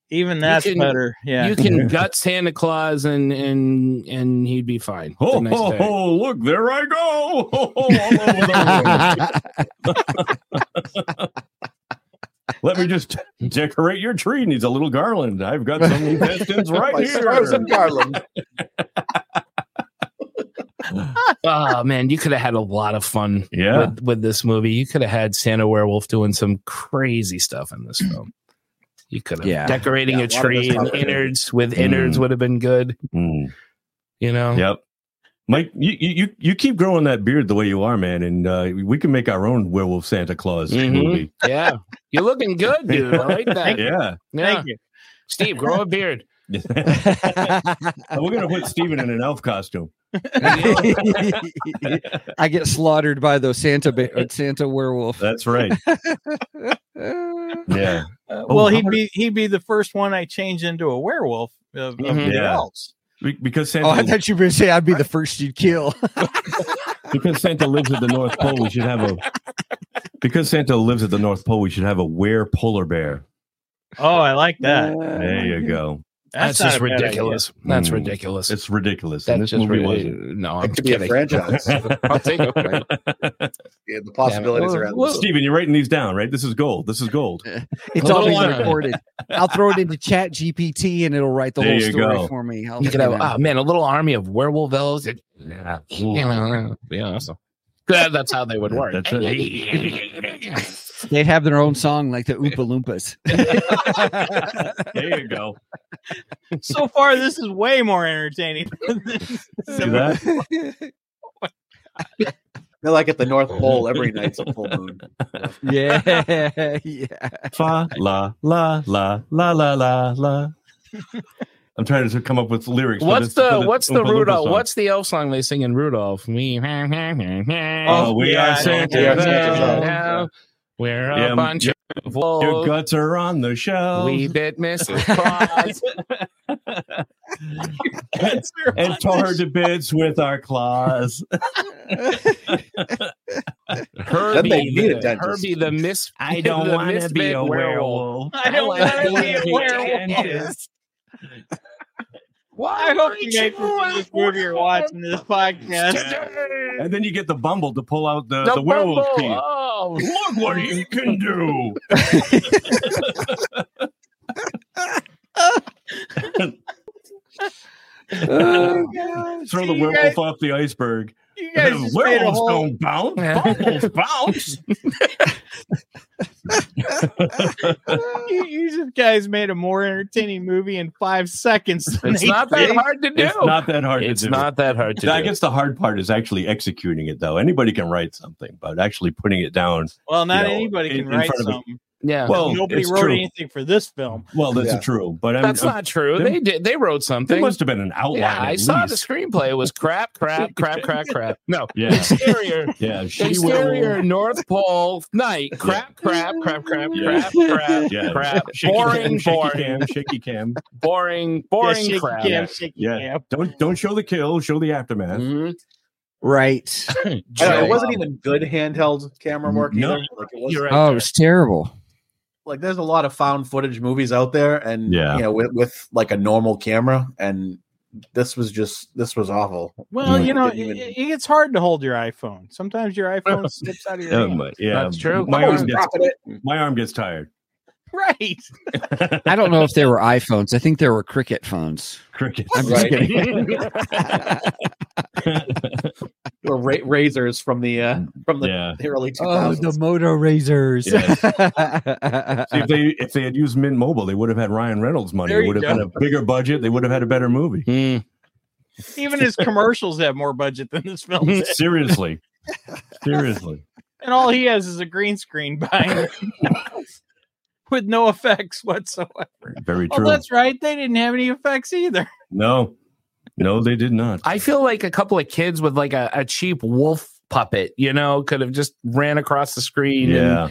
S4: Even that's
S10: can-
S4: better. Yeah.
S10: You can gut Santa Claus and and and he'd be fine. the
S2: Oh,
S10: next
S2: ho,
S10: day.
S2: ho, look, there I go. Ho, ho, all over the room. Let me just decorate your tree. Needs a little garland. I've got some intestines right
S5: my
S2: here.
S5: stars and garland.
S10: oh man, you could have had a lot of fun
S2: Yeah.
S10: with, with this movie. You could have had Santa Werewolf doing some crazy stuff in this film. You could have
S2: Yeah.
S10: decorating
S2: Yeah,
S10: a
S2: a lot of
S10: tree
S2: this
S10: and
S2: stuff.
S10: innards with innards
S2: Mm.
S10: would have been good.
S2: Mm.
S10: You know?
S2: Yep. Mike, you, you you- you keep growing that beard the way you are, man, and uh, we can make our own werewolf Santa Claus
S10: Mhm.
S2: movie.
S10: Yeah. You're looking good, dude. I like that.
S2: Yeah.
S10: Yeah.
S4: Thank you.
S10: Steve, grow a beard.
S2: We're gonna put Steven in an elf costume.
S1: I get slaughtered by those Santa ba- uh, Santa werewolf.
S2: That's right. Yeah.
S4: Uh,
S2: Oh,
S4: well,
S2: how
S4: he'd
S2: about-
S4: be he'd be the first one I change into a werewolf of, of
S2: Mhm.
S4: the
S2: Yeah.
S4: elves.
S2: Be- because Santa
S10: Oh,
S1: Oh, I thought you were going to say I'd be the first you'd kill.
S2: because Santa lives at the North Pole, we should have a because Santa lives at the North Pole, we should have a where polar bear.
S4: Oh, I like that.
S2: There you go.
S10: That's, just ridiculous. That's ridiculous.
S2: Hmm. It's ridiculous.
S10: That's
S2: and this
S10: just
S2: movie
S10: really-
S2: was
S10: no,
S2: It
S10: I'm
S2: could be a
S10: kidding.
S2: franchise. I'll take it.
S5: Yeah, the possibilities
S1: Well,
S5: are endless.
S1: well-
S2: Steven, you're writing these down, right? This is gold. This is gold.
S1: It's already recorded. I'll throw it into Chat GPT and it'll write the
S2: There
S1: whole
S2: you
S1: story
S2: go.
S1: for me. I'll
S10: You
S1: do
S10: could have,
S1: that.
S10: oh man, a little army of werewolf elves. It- Yeah, yeah, awesome. That- that's how they would work.
S1: That's They'd have their own song like the Oompa Loompas.
S2: there you go.
S4: so far, this is way more entertaining. than this.
S2: See that?
S5: They're like at the North Pole every night's a full moon.
S1: Yeah, yeah.
S2: Fa la la la la la la la. I'm trying to come up with lyrics. for
S10: What's
S2: this- for
S10: the what's the
S2: Oompa Loompa
S10: Rudolph?
S2: song.
S10: What's the elf song they sing in Rudolph? We
S2: Oh, we are Santa.
S10: We are
S2: Claus.
S10: Santa. We're a
S2: Yeah,
S10: bunch
S2: your-
S10: of
S2: Your
S10: wolves.
S2: guts are on the shelf.
S10: We bit Mrs. Claus.
S2: and tore her to bits with our claws.
S10: Herbie,
S2: That made me a
S10: the,
S2: dentist.
S10: Herbie the mis-
S2: I don't
S10: the
S2: wanna be
S10: misfit
S2: a werewolf.
S4: I don't
S10: like
S4: want to be a
S10: being
S4: werewolf.
S10: dentist.
S4: I hope you made it from this movie or watching this podcast.
S2: And then you get the bumble to pull out the,
S4: The
S2: the, werewolf
S4: Bumble,
S2: teeth.
S10: Oh,
S2: Look what he can do.
S4: Oh, God.
S2: Throw the
S4: See, you
S2: werewolf
S4: guys-
S2: off the iceberg.
S4: You guys just made a
S2: werewolves
S4: whole-
S2: don't bounce. Bumbles bounce.
S4: you, you just guys made a more entertaining movie in five seconds. than
S10: It's
S4: they
S10: not that
S4: did.
S10: hard to do.
S2: It's not that hard
S10: It's
S2: to do.
S10: not that hard to
S2: I
S10: do.
S2: guess the hard part is actually executing it, though. Anybody can write something, but actually putting it down.
S4: Well, not
S2: you know,
S4: anybody
S2: in-
S4: can
S2: in
S4: write
S2: front of a-
S4: something.
S10: Yeah.
S2: Well,
S4: nobody
S2: it's
S4: wrote
S2: true.
S4: anything for this film.
S2: Well, that's
S10: Yeah.
S2: true, but I'm,
S10: That's
S2: I'm-
S10: not true.
S2: there-
S10: they did. They wrote something.
S2: There must have been an outline.
S10: Yeah, I
S2: at
S10: saw the
S2: least.
S10: screenplay. It was crap, crap, crap, crap, crap. No,
S2: Yeah.
S10: exterior,
S2: Yeah, she
S10: exterior North Pole night. Crap, crap, crap, crap,
S2: Yeah.
S10: crap, crap,
S2: Yeah.
S10: crap.
S2: Shaky
S10: Boring,
S2: cam, shaky
S10: boring,
S2: cam, shaky cam.
S10: boring, boring,
S4: shaky
S10: crap.
S4: cam, shaky
S2: Yeah.
S4: cam.
S2: Don't don't show the kill. Show the aftermath.
S10: Mm-hmm.
S1: Right.
S5: I don't know, it wasn't even good handheld camera work
S2: No.
S5: either. Like, it was,
S1: oh, it's terrible.
S5: like there's a lot of found footage movies out there, and
S2: Yeah.
S5: you know, with, with like a normal camera, and this was just this was awful.
S4: Well,
S5: Like,
S4: you
S5: it
S4: know, it,
S5: didn't even-
S4: it- it's hard to hold your iPhone. Sometimes your iPhone slips out of your
S2: Um,
S4: hand.
S2: yeah,
S10: That's true.
S2: My
S10: Come
S2: arm,
S10: on,
S2: gets,
S5: drop it.
S2: my arm gets tired.
S4: Right.
S1: I don't know if there were iPhones. I think there were cricket phones.
S2: Crickets.
S1: I'm just
S5: Right.
S1: kidding.
S5: or ra- razors from the uh, from the,
S2: Mm, Yeah.
S5: the early two
S1: oh,
S5: thousands.
S1: the Moto Razors.
S2: Yes. See, if they if they had used Mint Mobile, they would have had Ryan Reynolds money.
S4: There
S2: It
S4: you
S2: would have
S4: go.
S2: been a bigger budget. They would have had a better movie.
S10: Mm-hmm.
S4: Even his commercials have more budget than this film did.
S2: Seriously. Seriously.
S4: And all he has is a green screen behind him. with no effects whatsoever.
S2: Very
S4: Oh,
S2: true.
S4: that's right. They didn't have any effects either.
S2: no. No, they did not.
S10: I feel like a couple of kids with like a, a cheap wolf puppet, you know, could have just ran across the screen.
S2: Yeah.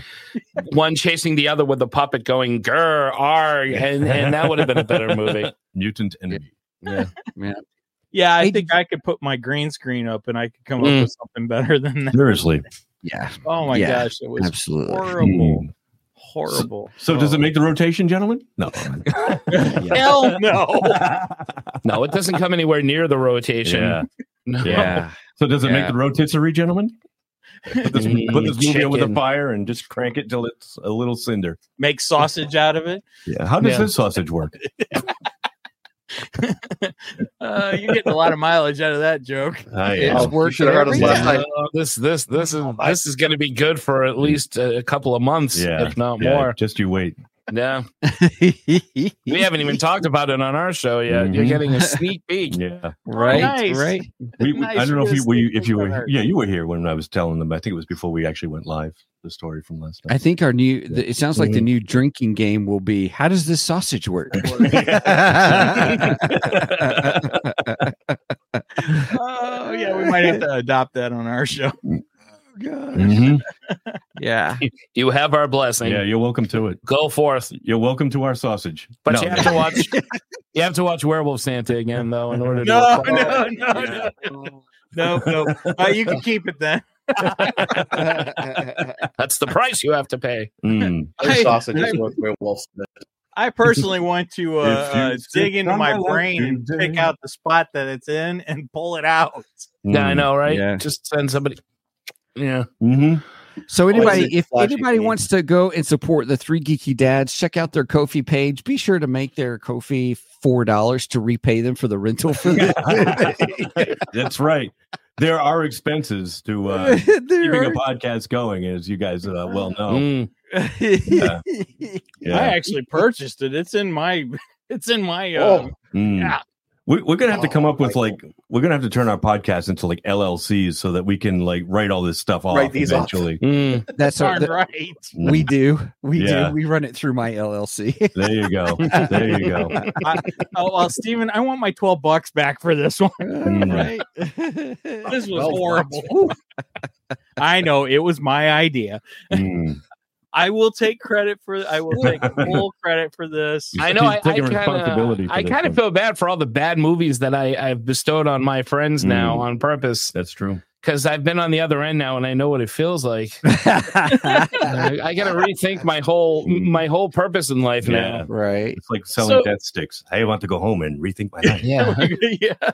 S10: And one chasing the other with the puppet going grr, arg, and, and that would have been a better movie.
S2: Mutant enemy.
S10: Yeah.
S1: Man.
S4: Yeah, I think I could put my green screen up and I could come
S10: Mm.
S4: up with something better than that.
S2: Seriously.
S1: Yeah.
S4: Oh my
S1: Yeah,
S4: gosh, it was
S1: absolutely.
S4: horrible. Horrible.
S2: Mm. So does it make the rotation, gentlemen? No.
S4: Hell no.
S10: No, it doesn't come anywhere near the rotation.
S2: Yeah.
S10: No.
S2: Yeah. So does it
S10: Yeah.
S2: make the rotisserie, gentlemen? Put this, put this movie over the
S10: Chicken.
S2: fire and just crank it till it's a little cinder.
S4: Make sausage out of it.
S2: Yeah. How does
S10: Yeah.
S2: this sausage work?
S4: Uh, you're getting a lot of mileage out of that joke.
S2: I uh, am.
S10: It's
S5: You
S10: worth
S5: should have heard us
S10: Yeah.
S5: last night.
S10: Uh, this this this is this is going to be good for at least a couple of months,
S2: Mm. Yeah.
S10: if not
S2: Yeah,
S10: more.
S2: Just you wait.
S10: Yeah, we haven't even talked about it on our show yet. You're
S2: Mhm.
S10: getting a sneak peek.
S2: Yeah.
S1: Right.
S4: Nice.
S1: Right.
S2: We, we-
S4: Nice,
S2: I don't know
S4: you
S2: if you
S4: just
S2: were you,
S4: sneak
S2: if you
S4: peek
S2: were
S4: on ours.
S2: yeah you were here when I was telling them I think it was before we actually went live the story from last
S1: I
S2: night.
S1: think our new. The, it sounds like the new drinking game will be: How does this sausage work?
S4: Oh yeah, we might have to adopt that on our show.
S2: Mhm.
S1: yeah.
S10: You have our blessing.
S2: Yeah, you're welcome to it.
S10: Go forth,
S2: You're welcome to our sausage.
S10: but
S2: No,
S10: you have to watch. You have to watch Werewolf Santa again, though, in order to.
S4: No,
S10: apply-
S4: no, no, no. Nope, nope. Uh, you can keep it then.
S10: That's the price you have to pay.
S2: Mm,
S5: Other
S4: Hey,
S5: sausages
S4: hey.
S5: with werewolves.
S4: I personally want to uh,
S5: If you
S4: uh, dig
S5: stick
S4: into
S5: on
S4: my
S5: my left,
S4: brain
S5: you
S4: and pick out the spot that it's in and pull it out.
S2: Mm,
S10: Yeah, I know, right?
S1: Yeah.
S10: Just send somebody. Yeah.
S2: Mm-hmm.
S1: So
S10: Always
S1: anybody,
S10: a
S1: if
S10: flashy
S1: anybody
S10: game.
S1: wants to go and support the three geeky dads, check out their Kofi page. Be sure to make their Kofi four dollars to repay them for the rental for the
S2: That's right. There are expenses to uh,
S1: There
S2: keeping a
S1: are.
S2: podcast going, as you guys uh, well know.
S4: Oh,
S10: Mm-hmm.
S4: Yeah.
S2: Yeah.
S4: I actually purchased it. It's in my. It's in my.
S5: Oh,
S4: Uh,
S2: Mm.
S4: Yeah.
S2: We, we're gonna have to come
S1: Oh,
S2: up with like we're gonna have to turn our podcast into like LLCs so that we can like write all this stuff off
S1: Write these off.
S2: eventually.
S1: That's our,
S4: Darn right.
S1: We do, we
S2: Yeah.
S1: do, we run it through my LLC.
S2: There you go. There you go.
S4: I, oh well, Steven, I want my twelve bucks back for this one.
S10: Mm.
S2: right?
S4: This was
S11: Well,
S4: horrible. I know it was my idea.
S2: Mm.
S4: I will take credit for. I will take full credit for this.
S10: I know. I, I kinda, I kind of feel bad for all the bad movies that I, I've bestowed on my friends now
S2: Mm.
S10: on purpose.
S2: That's true.
S10: Because I've been on the other end now, and I know what it feels like. I, I got to rethink my whole my whole purpose in life
S2: Yeah.
S10: now.
S1: Right.
S2: It's like selling
S10: So-
S2: death sticks. I want to go home and rethink my life.
S10: Yeah.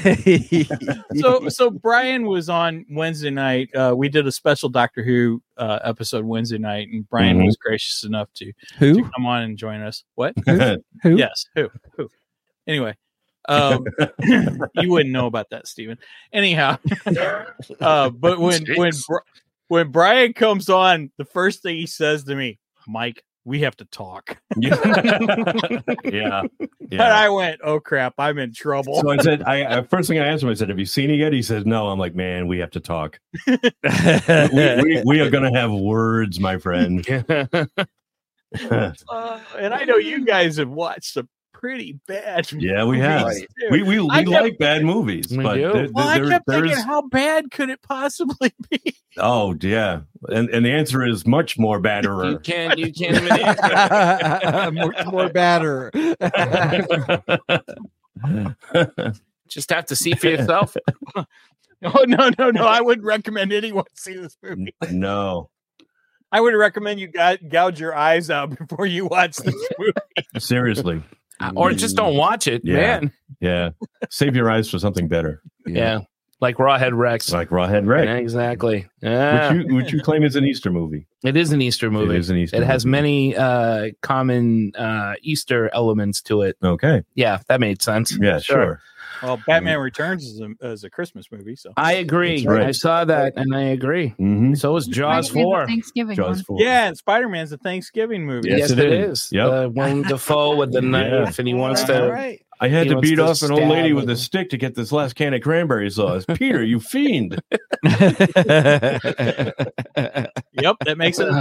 S4: yeah. so so Brian was on Wednesday night. Uh, we did a special Doctor Who uh, episode Wednesday night, and Brian
S2: Mhm.
S4: was gracious enough to
S1: Who?
S4: to come on and join us. What?
S2: Who?
S1: Who?
S4: Yes. Who? Who? Anyway, um, you wouldn't know about that, Stephen. Anyhow, uh, but when when
S10: Jeez.
S4: Bri- when Brian comes on, the first thing he says to me, Mike, we have to talk.
S2: yeah.
S4: And I went, oh crap, I'm in trouble.
S2: So I said, I, I first thing I asked him, I said, "Have you seen it yet?" He says, "No." I'm like, "Man, we have to talk. we, we, we are going to have words, my friend."
S4: Uh, and I know you guys have watched some pretty bad.
S2: yeah, we have.
S4: movies, too.
S2: We we, we
S4: I kept-
S2: like bad movies, but
S10: do.
S2: there-
S4: Well, I
S2: there-
S4: kept
S2: there
S4: thinking,
S2: is-
S4: how bad could it possibly be?
S2: oh yeah, and and the answer is much more
S10: You
S2: batterer.
S10: can't. You can't even.
S1: more, more batter.
S10: Just have to see for yourself.
S4: Oh no, no, no! I wouldn't recommend anyone see this movie.
S2: no,
S4: I would recommend you gou- gouge your eyes out before you watch this movie.
S2: seriously.
S10: Or just don't watch it,
S2: Yeah.
S10: man.
S2: Yeah, save your eyes for something better.
S10: Yeah. Like Rawhead Rex.
S2: Like Rawhead Rex.
S10: Yeah, exactly. Yeah.
S2: Would you would you claim it's an Easter movie?
S10: It is an Easter movie.
S2: is an Easter
S10: It has many uh, common uh, Easter elements to it.
S2: Okay.
S10: Yeah, that made sense.
S2: Yeah, sure.
S4: Well, Oh,
S2: Mm.
S4: Batman Returns is a, is a Christmas movie, so
S10: I agree.
S2: That's right.
S10: I saw that and I agree.
S2: Mm-hmm.
S10: So is
S12: Might
S10: Jaws
S12: be the
S10: 4.
S12: Thanksgiving one.
S4: yeah, and Spider Man's a Thanksgiving movie.
S10: Yes, it is.
S2: Yep.
S10: The one Defoe with the knife
S2: Yeah.
S10: and he wants to.
S2: I had
S10: he
S2: to
S10: wants
S2: beat
S10: to
S2: off an old
S10: stab
S2: lady
S10: him.
S2: with a stick to get this last can of cranberry sauce. Peter, you fiend.
S4: Yep, that makes it a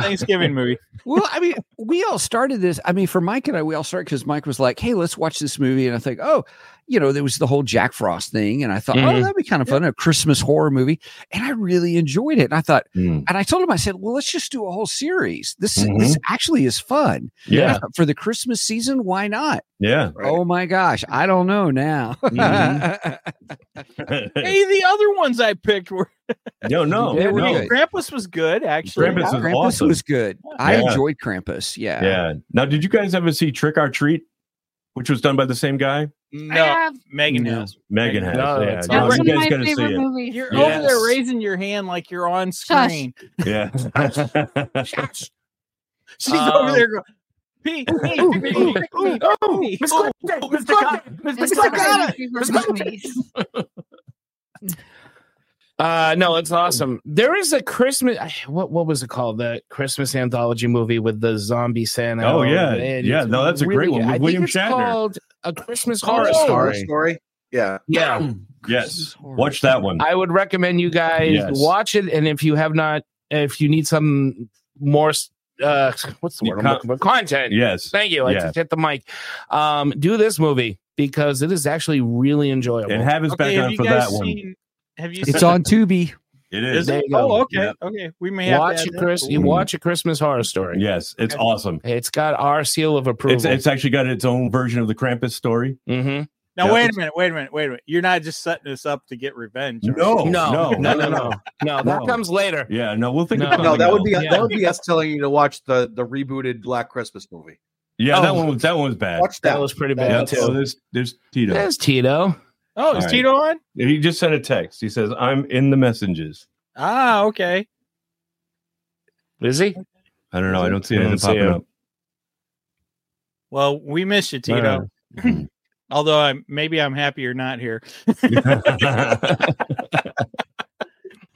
S4: Thanksgiving movie.
S1: well, I mean, we all started this. I mean, for Mike and I, we all started because Mike was like, "Hey, let's watch this movie," and I think, "Oh, you know, there was the whole Jack Frost thing," and I thought, "Oh,
S2: Mm-hmm.
S10: Mhm.
S1: that'd be kind of fun—a Christmas horror movie," and I really enjoyed it. And I thought, and I told him, I said, "Well, let's just do a whole series. This this actually is fun.
S2: Mm-hmm. Yeah.
S1: I thought, for the Christmas season, why not?"
S2: Yeah.
S1: Oh my gosh, I don't know now.
S5: Mm-hmm.
S2: Mm-hmm.
S4: Hey, the other ones I picked were
S2: no, no.
S1: They were
S2: no.
S1: good.
S4: Krampus was good actually.
S2: Krampus is
S1: Krampus
S2: awesome.
S1: was good. I
S2: Yeah.
S1: enjoyed Krampus. Yeah.
S2: Yeah. Now, did you guys ever see Trick or Treat, which was done by the same guy?
S4: Mm, No,
S12: have-
S4: Megan
S1: No.
S4: has.
S2: Megan has.
S10: No,
S2: yeah.
S10: that's
S2: John, you
S12: That's one of
S2: guys
S12: my
S2: gotta see
S12: favorite
S2: it.
S12: movies.
S4: You're
S2: Yes.
S4: over there raising your hand like you're on
S12: Shush.
S4: screen.
S2: Yeah. Uh,
S4: She's
S10: Um,
S4: over there going, Pete, Pete,
S11: ooh,
S4: Pete,
S11: ooh,
S4: Pete,
S11: ooh,
S4: Pete, Pete,
S11: Miss
S4: oh,
S11: Clinton,
S4: oh,
S11: Miss
S4: Clinton,
S11: Clinton,
S4: Miss Clinton,
S12: It's one of my
S4: Clinton.
S12: favorite movies.
S10: Uh, no, it's
S2: Mm.
S10: awesome. There is a Christmas. What what was it called? The Christmas anthology movie with the zombie Santa.
S2: Oh, yeah.
S10: And
S2: Yeah,
S10: it's
S2: no, that's a great one with
S10: I think
S2: William
S10: it's
S2: Shatner.
S10: Called a Christmas horror
S5: Oh, horror
S10: story.
S5: story. Yeah.
S10: Yeah,
S2: yes. Watch that one.
S10: I would recommend you guys
S2: Yes.
S10: watch it. And if you have not, if you need some more, s- uh, what's the
S2: You
S10: word? I'm
S2: con-
S10: looking for? Content.
S2: Yes.
S10: Thank you. I
S2: Yeah.
S10: just hit the mic. Um, do this movie because it is actually really enjoyable.
S2: And have his
S4: Okay,
S2: back
S4: have
S2: on
S4: you
S2: for
S4: guys
S2: that one.
S4: seen- Have you
S1: It's
S4: seen-
S1: on Tubi.
S2: It
S4: Is
S2: is.
S10: There
S4: it?
S10: you go.
S4: Oh, okay,
S2: Yeah.
S4: okay. We may have
S10: watch
S4: to
S10: a
S4: add that.
S10: Chris. You
S2: Ooh.
S10: watch a Christmas horror story.
S2: Yes. It's awesome.
S10: It's got our seal of approval.
S2: It's, it's actually got its own version of the Krampus story.
S10: mm-hmm.
S4: Now
S2: Yeah.
S4: wait a minute, wait a minute, wait a minute. You're not just setting this up to get revenge. are
S2: No,
S4: you?
S2: Oh, no, no, no, no,
S10: no. That comes later.
S2: Yeah, no, we'll think.
S5: No,
S2: of
S5: that
S2: something
S5: would be
S2: else.
S5: that would be us telling you to watch the the rebooted Black Christmas movie.
S2: Yeah, that
S5: Oh.
S2: one was that one was bad.
S5: Watch that. That was pretty bad,
S2: Yep,
S5: too.
S2: So there's there's Tito.
S10: There's Tito.
S4: Oh, is
S2: All right.
S4: Tito on?
S2: He just sent a text. He says, "I'm in the messages."
S4: Ah, okay.
S10: Is he?
S2: I don't know. I don't see
S10: I don't
S2: anything
S10: see
S2: popping
S10: him.
S2: up.
S4: Well, we miss you, Tito. Although I maybe I'm happy you're not here.
S10: Mm-hmm.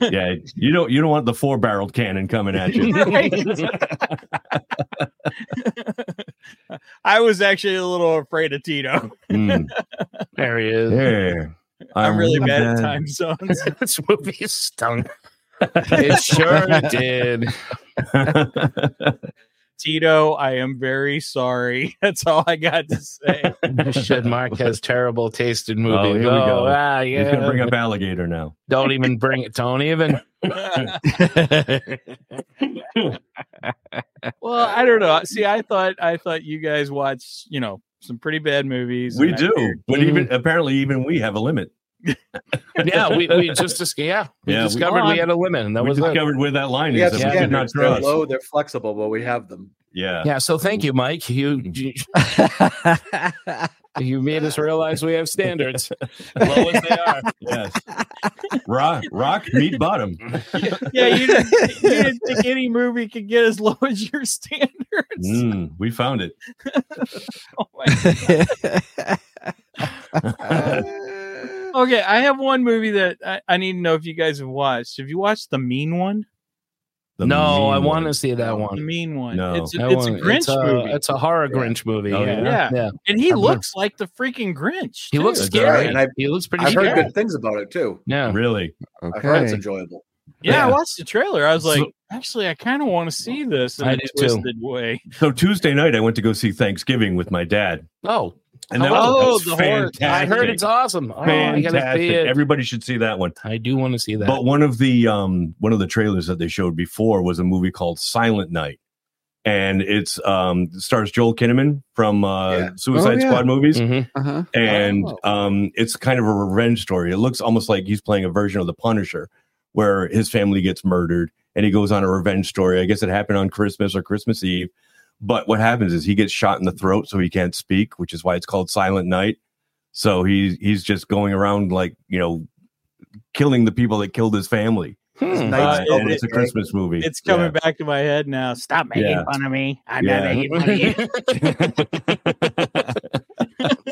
S2: Yeah, you don't you don't want the four barreled cannon coming at you.
S4: I was actually a little afraid of Tito.
S2: Mm.
S10: There he is.
S2: There.
S4: I'm really
S10: really
S4: bad at
S10: bad.
S4: time zones.
S10: this movie stung. It sure did.
S4: Tito, I am very sorry. That's all I got to say.
S10: Should Mark has terrible taste in movies.
S2: Oh, here we
S10: Oh,
S2: go.
S10: ah,
S2: He's
S10: yeah.
S2: gonna bring up alligator now.
S10: Don't even bring it. Don't even.
S4: well, I don't know. See, I thought I thought you guys watched, you know, some pretty bad movies.
S2: We
S4: and I
S2: do,
S4: figured-
S2: but even apparently even we have a limit.
S10: Mm. yeah, we, we just dis- yeah we
S2: Yeah, we-
S10: discovered we, had a limit, and that
S2: we
S10: was it.
S2: discovered where that line is. that we did not
S5: they're
S2: trust.
S5: low, they're flexible, but we have them.
S2: Yeah.
S10: Yeah. So thank you, Mike. You
S2: Mm-hmm.
S10: you, you made us realize we have standards. Low as they are.
S2: Yes. Rock, rock, meat bottom.
S4: yeah, you didn't, you didn't think any movie could get as low as your standards.
S2: Mm, we found it. Uh,
S4: Okay, I have one movie that I, I need to know if you guys have watched. Have you watched the mean one?
S2: The
S10: no,
S2: mean
S10: I
S2: one.
S10: want to see that one.
S4: The mean one.
S2: No.
S4: It's,
S10: I
S4: a, it's a
S10: wanna-
S4: Grinch
S10: it's uh, a,
S4: movie.
S10: It's a horror Grinch movie.
S2: Oh,
S10: yeah.
S2: yeah?
S4: yeah.
S10: yeah.
S4: and he
S10: I've heard-
S4: looks like the freaking Grinch.
S10: He looks
S4: too.
S10: scary.
S5: And I-
S10: he looks pretty
S5: I've
S10: scary.
S5: heard good things about it too.
S10: Yeah.
S2: Really?
S5: I've heard it's
S10: Okay.
S5: enjoyable.
S4: Yeah, I
S2: Yeah.
S4: watched the trailer. I was like,
S2: So-
S4: actually, I kind of want to see this in
S2: I
S4: a
S2: do too.
S4: twisted way.
S2: So Tuesday night, I went to go see Thanksgiving with my dad.
S10: Oh.
S2: And that
S4: Oh,
S2: was, that was
S4: the horror-
S2: fantastic.
S10: I heard it's awesome. Oh, I gotta
S2: fantastic.
S10: see it.
S2: Everybody should see that one.
S10: I do want to see that.
S2: But one of the um one of the trailers that they showed before was a movie called Silent Night, and it's um stars Joel Kinnaman from uh,
S1: Oh,
S2: Suicide
S1: yeah.
S2: Squad movies,
S1: Uh-huh.
S2: and
S10: Oh.
S2: um it's kind of a revenge story. It looks almost like he's playing a version of The Punisher, where his family gets murdered and he goes on a revenge story. I guess it happened on Christmas or Christmas Eve. But what happens is he gets shot in the throat, so he can't speak, which is why it's called Silent Night. So he's he's just going around like you know, killing the people that killed his family.
S10: Mm-hmm. Hmm.
S4: Night's
S2: Uh,
S4: Over,
S2: and it's a
S4: right?
S2: Christmas movie.
S4: It's coming back to my head now. Stop making
S2: Yeah.
S4: fun of me. I'm
S2: Yeah.
S4: not making fun of you.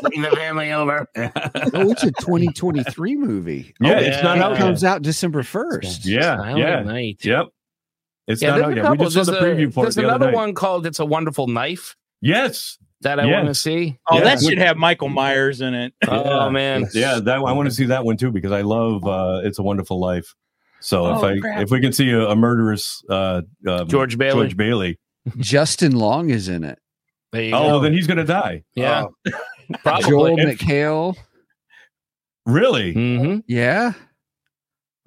S10: Bring the family over.
S1: Oh, it's a 2023 movie.
S2: Yeah,
S1: Oh,
S2: it's not
S1: it
S2: out
S1: comes out December 1st.
S2: Yeah,
S10: Silent
S2: yeah,
S10: Night.
S2: yep. It's
S10: yeah,
S2: not
S10: there's
S2: out
S10: a
S2: yet. We
S10: couple-
S2: just saw the
S10: there's a-
S2: preview for it
S10: There's
S2: the
S10: another
S2: other night.
S10: one called "It's a Wonderful Knife"
S2: Yes,
S10: that I
S2: Yes.
S10: want to see.
S4: Oh,
S2: Yeah.
S4: that should have Michael Myers in it.
S10: Oh,
S2: Yeah.
S10: man.
S2: yeah, that one- I want to see that one too because I love uh, "It's a Wonderful Life." So if
S4: Oh,
S2: I
S4: crap.
S2: if we can see a, a murderous uh, um,
S10: George Bailey.
S2: George Bailey,
S1: Justin Long is in it.
S10: There you
S2: oh well,
S10: go.
S2: then he's gonna die.
S10: yeah, probably.
S1: Joel McHale.
S2: Really?
S10: Mhm.
S1: Yeah.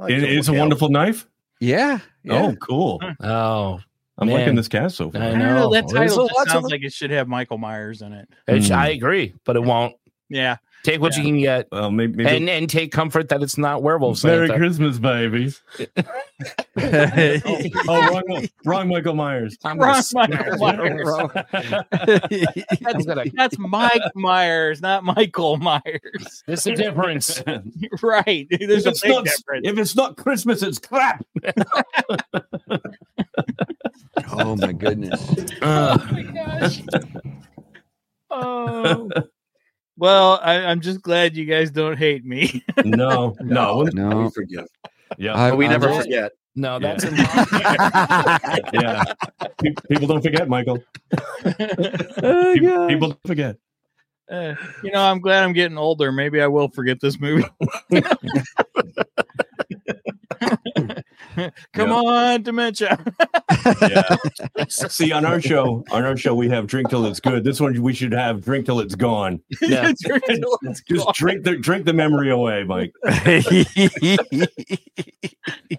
S2: It- it's a wonderful knife.
S1: Yeah.
S2: Oh, cool.
S4: Hmm.
S10: Oh,
S2: I'm
S10: man.
S2: liking this cast so
S10: I
S2: far.
S4: I don't know.
S10: know.
S4: That
S10: There's a
S4: title just
S10: lot to
S4: sounds
S10: look-
S4: like it should have Michael Myers in it.
S10: It's-
S2: Hmm.
S10: I agree, but it won't.
S4: Yeah.
S10: Take what you can get,
S2: Well, maybe, maybe
S10: and and take comfort that it's not werewolves.
S2: Merry
S10: Santa.
S2: Christmas, babies. oh, wrong, one. wrong Michael Myers.
S10: I'm
S4: Wrong
S10: gonna smack
S4: Michael
S10: you.
S4: Myers.
S10: I'm gonna-
S4: That's Mike Myers, not Michael Myers.
S10: There's a difference.
S4: right. There's
S2: If
S4: a
S2: it's
S4: big
S2: not-
S4: difference.
S2: If it's not Christmas, it's crap.
S1: Oh my goodness.
S4: Oh my gosh. Oh. Well, I, I'm just glad you guys don't hate me.
S2: No, no,
S1: No.
S5: We forgive.
S2: yeah,
S1: I-
S5: But we
S1: I-
S5: never
S1: I-
S5: forget.
S10: No, that's
S2: yeah. Pe- People don't forget, Michael.
S1: Oh,
S2: Pe-
S1: God.
S2: People don't forget.
S4: Uh, you know, I'm glad I'm getting older. Maybe I will forget this movie. Come on, dementia.
S2: See, on our show, on our show, we have drink till it's good. This one we should have drink till it's gone.
S4: Yeah.
S2: Drink till it's Just drink the drink the memory away, Mike.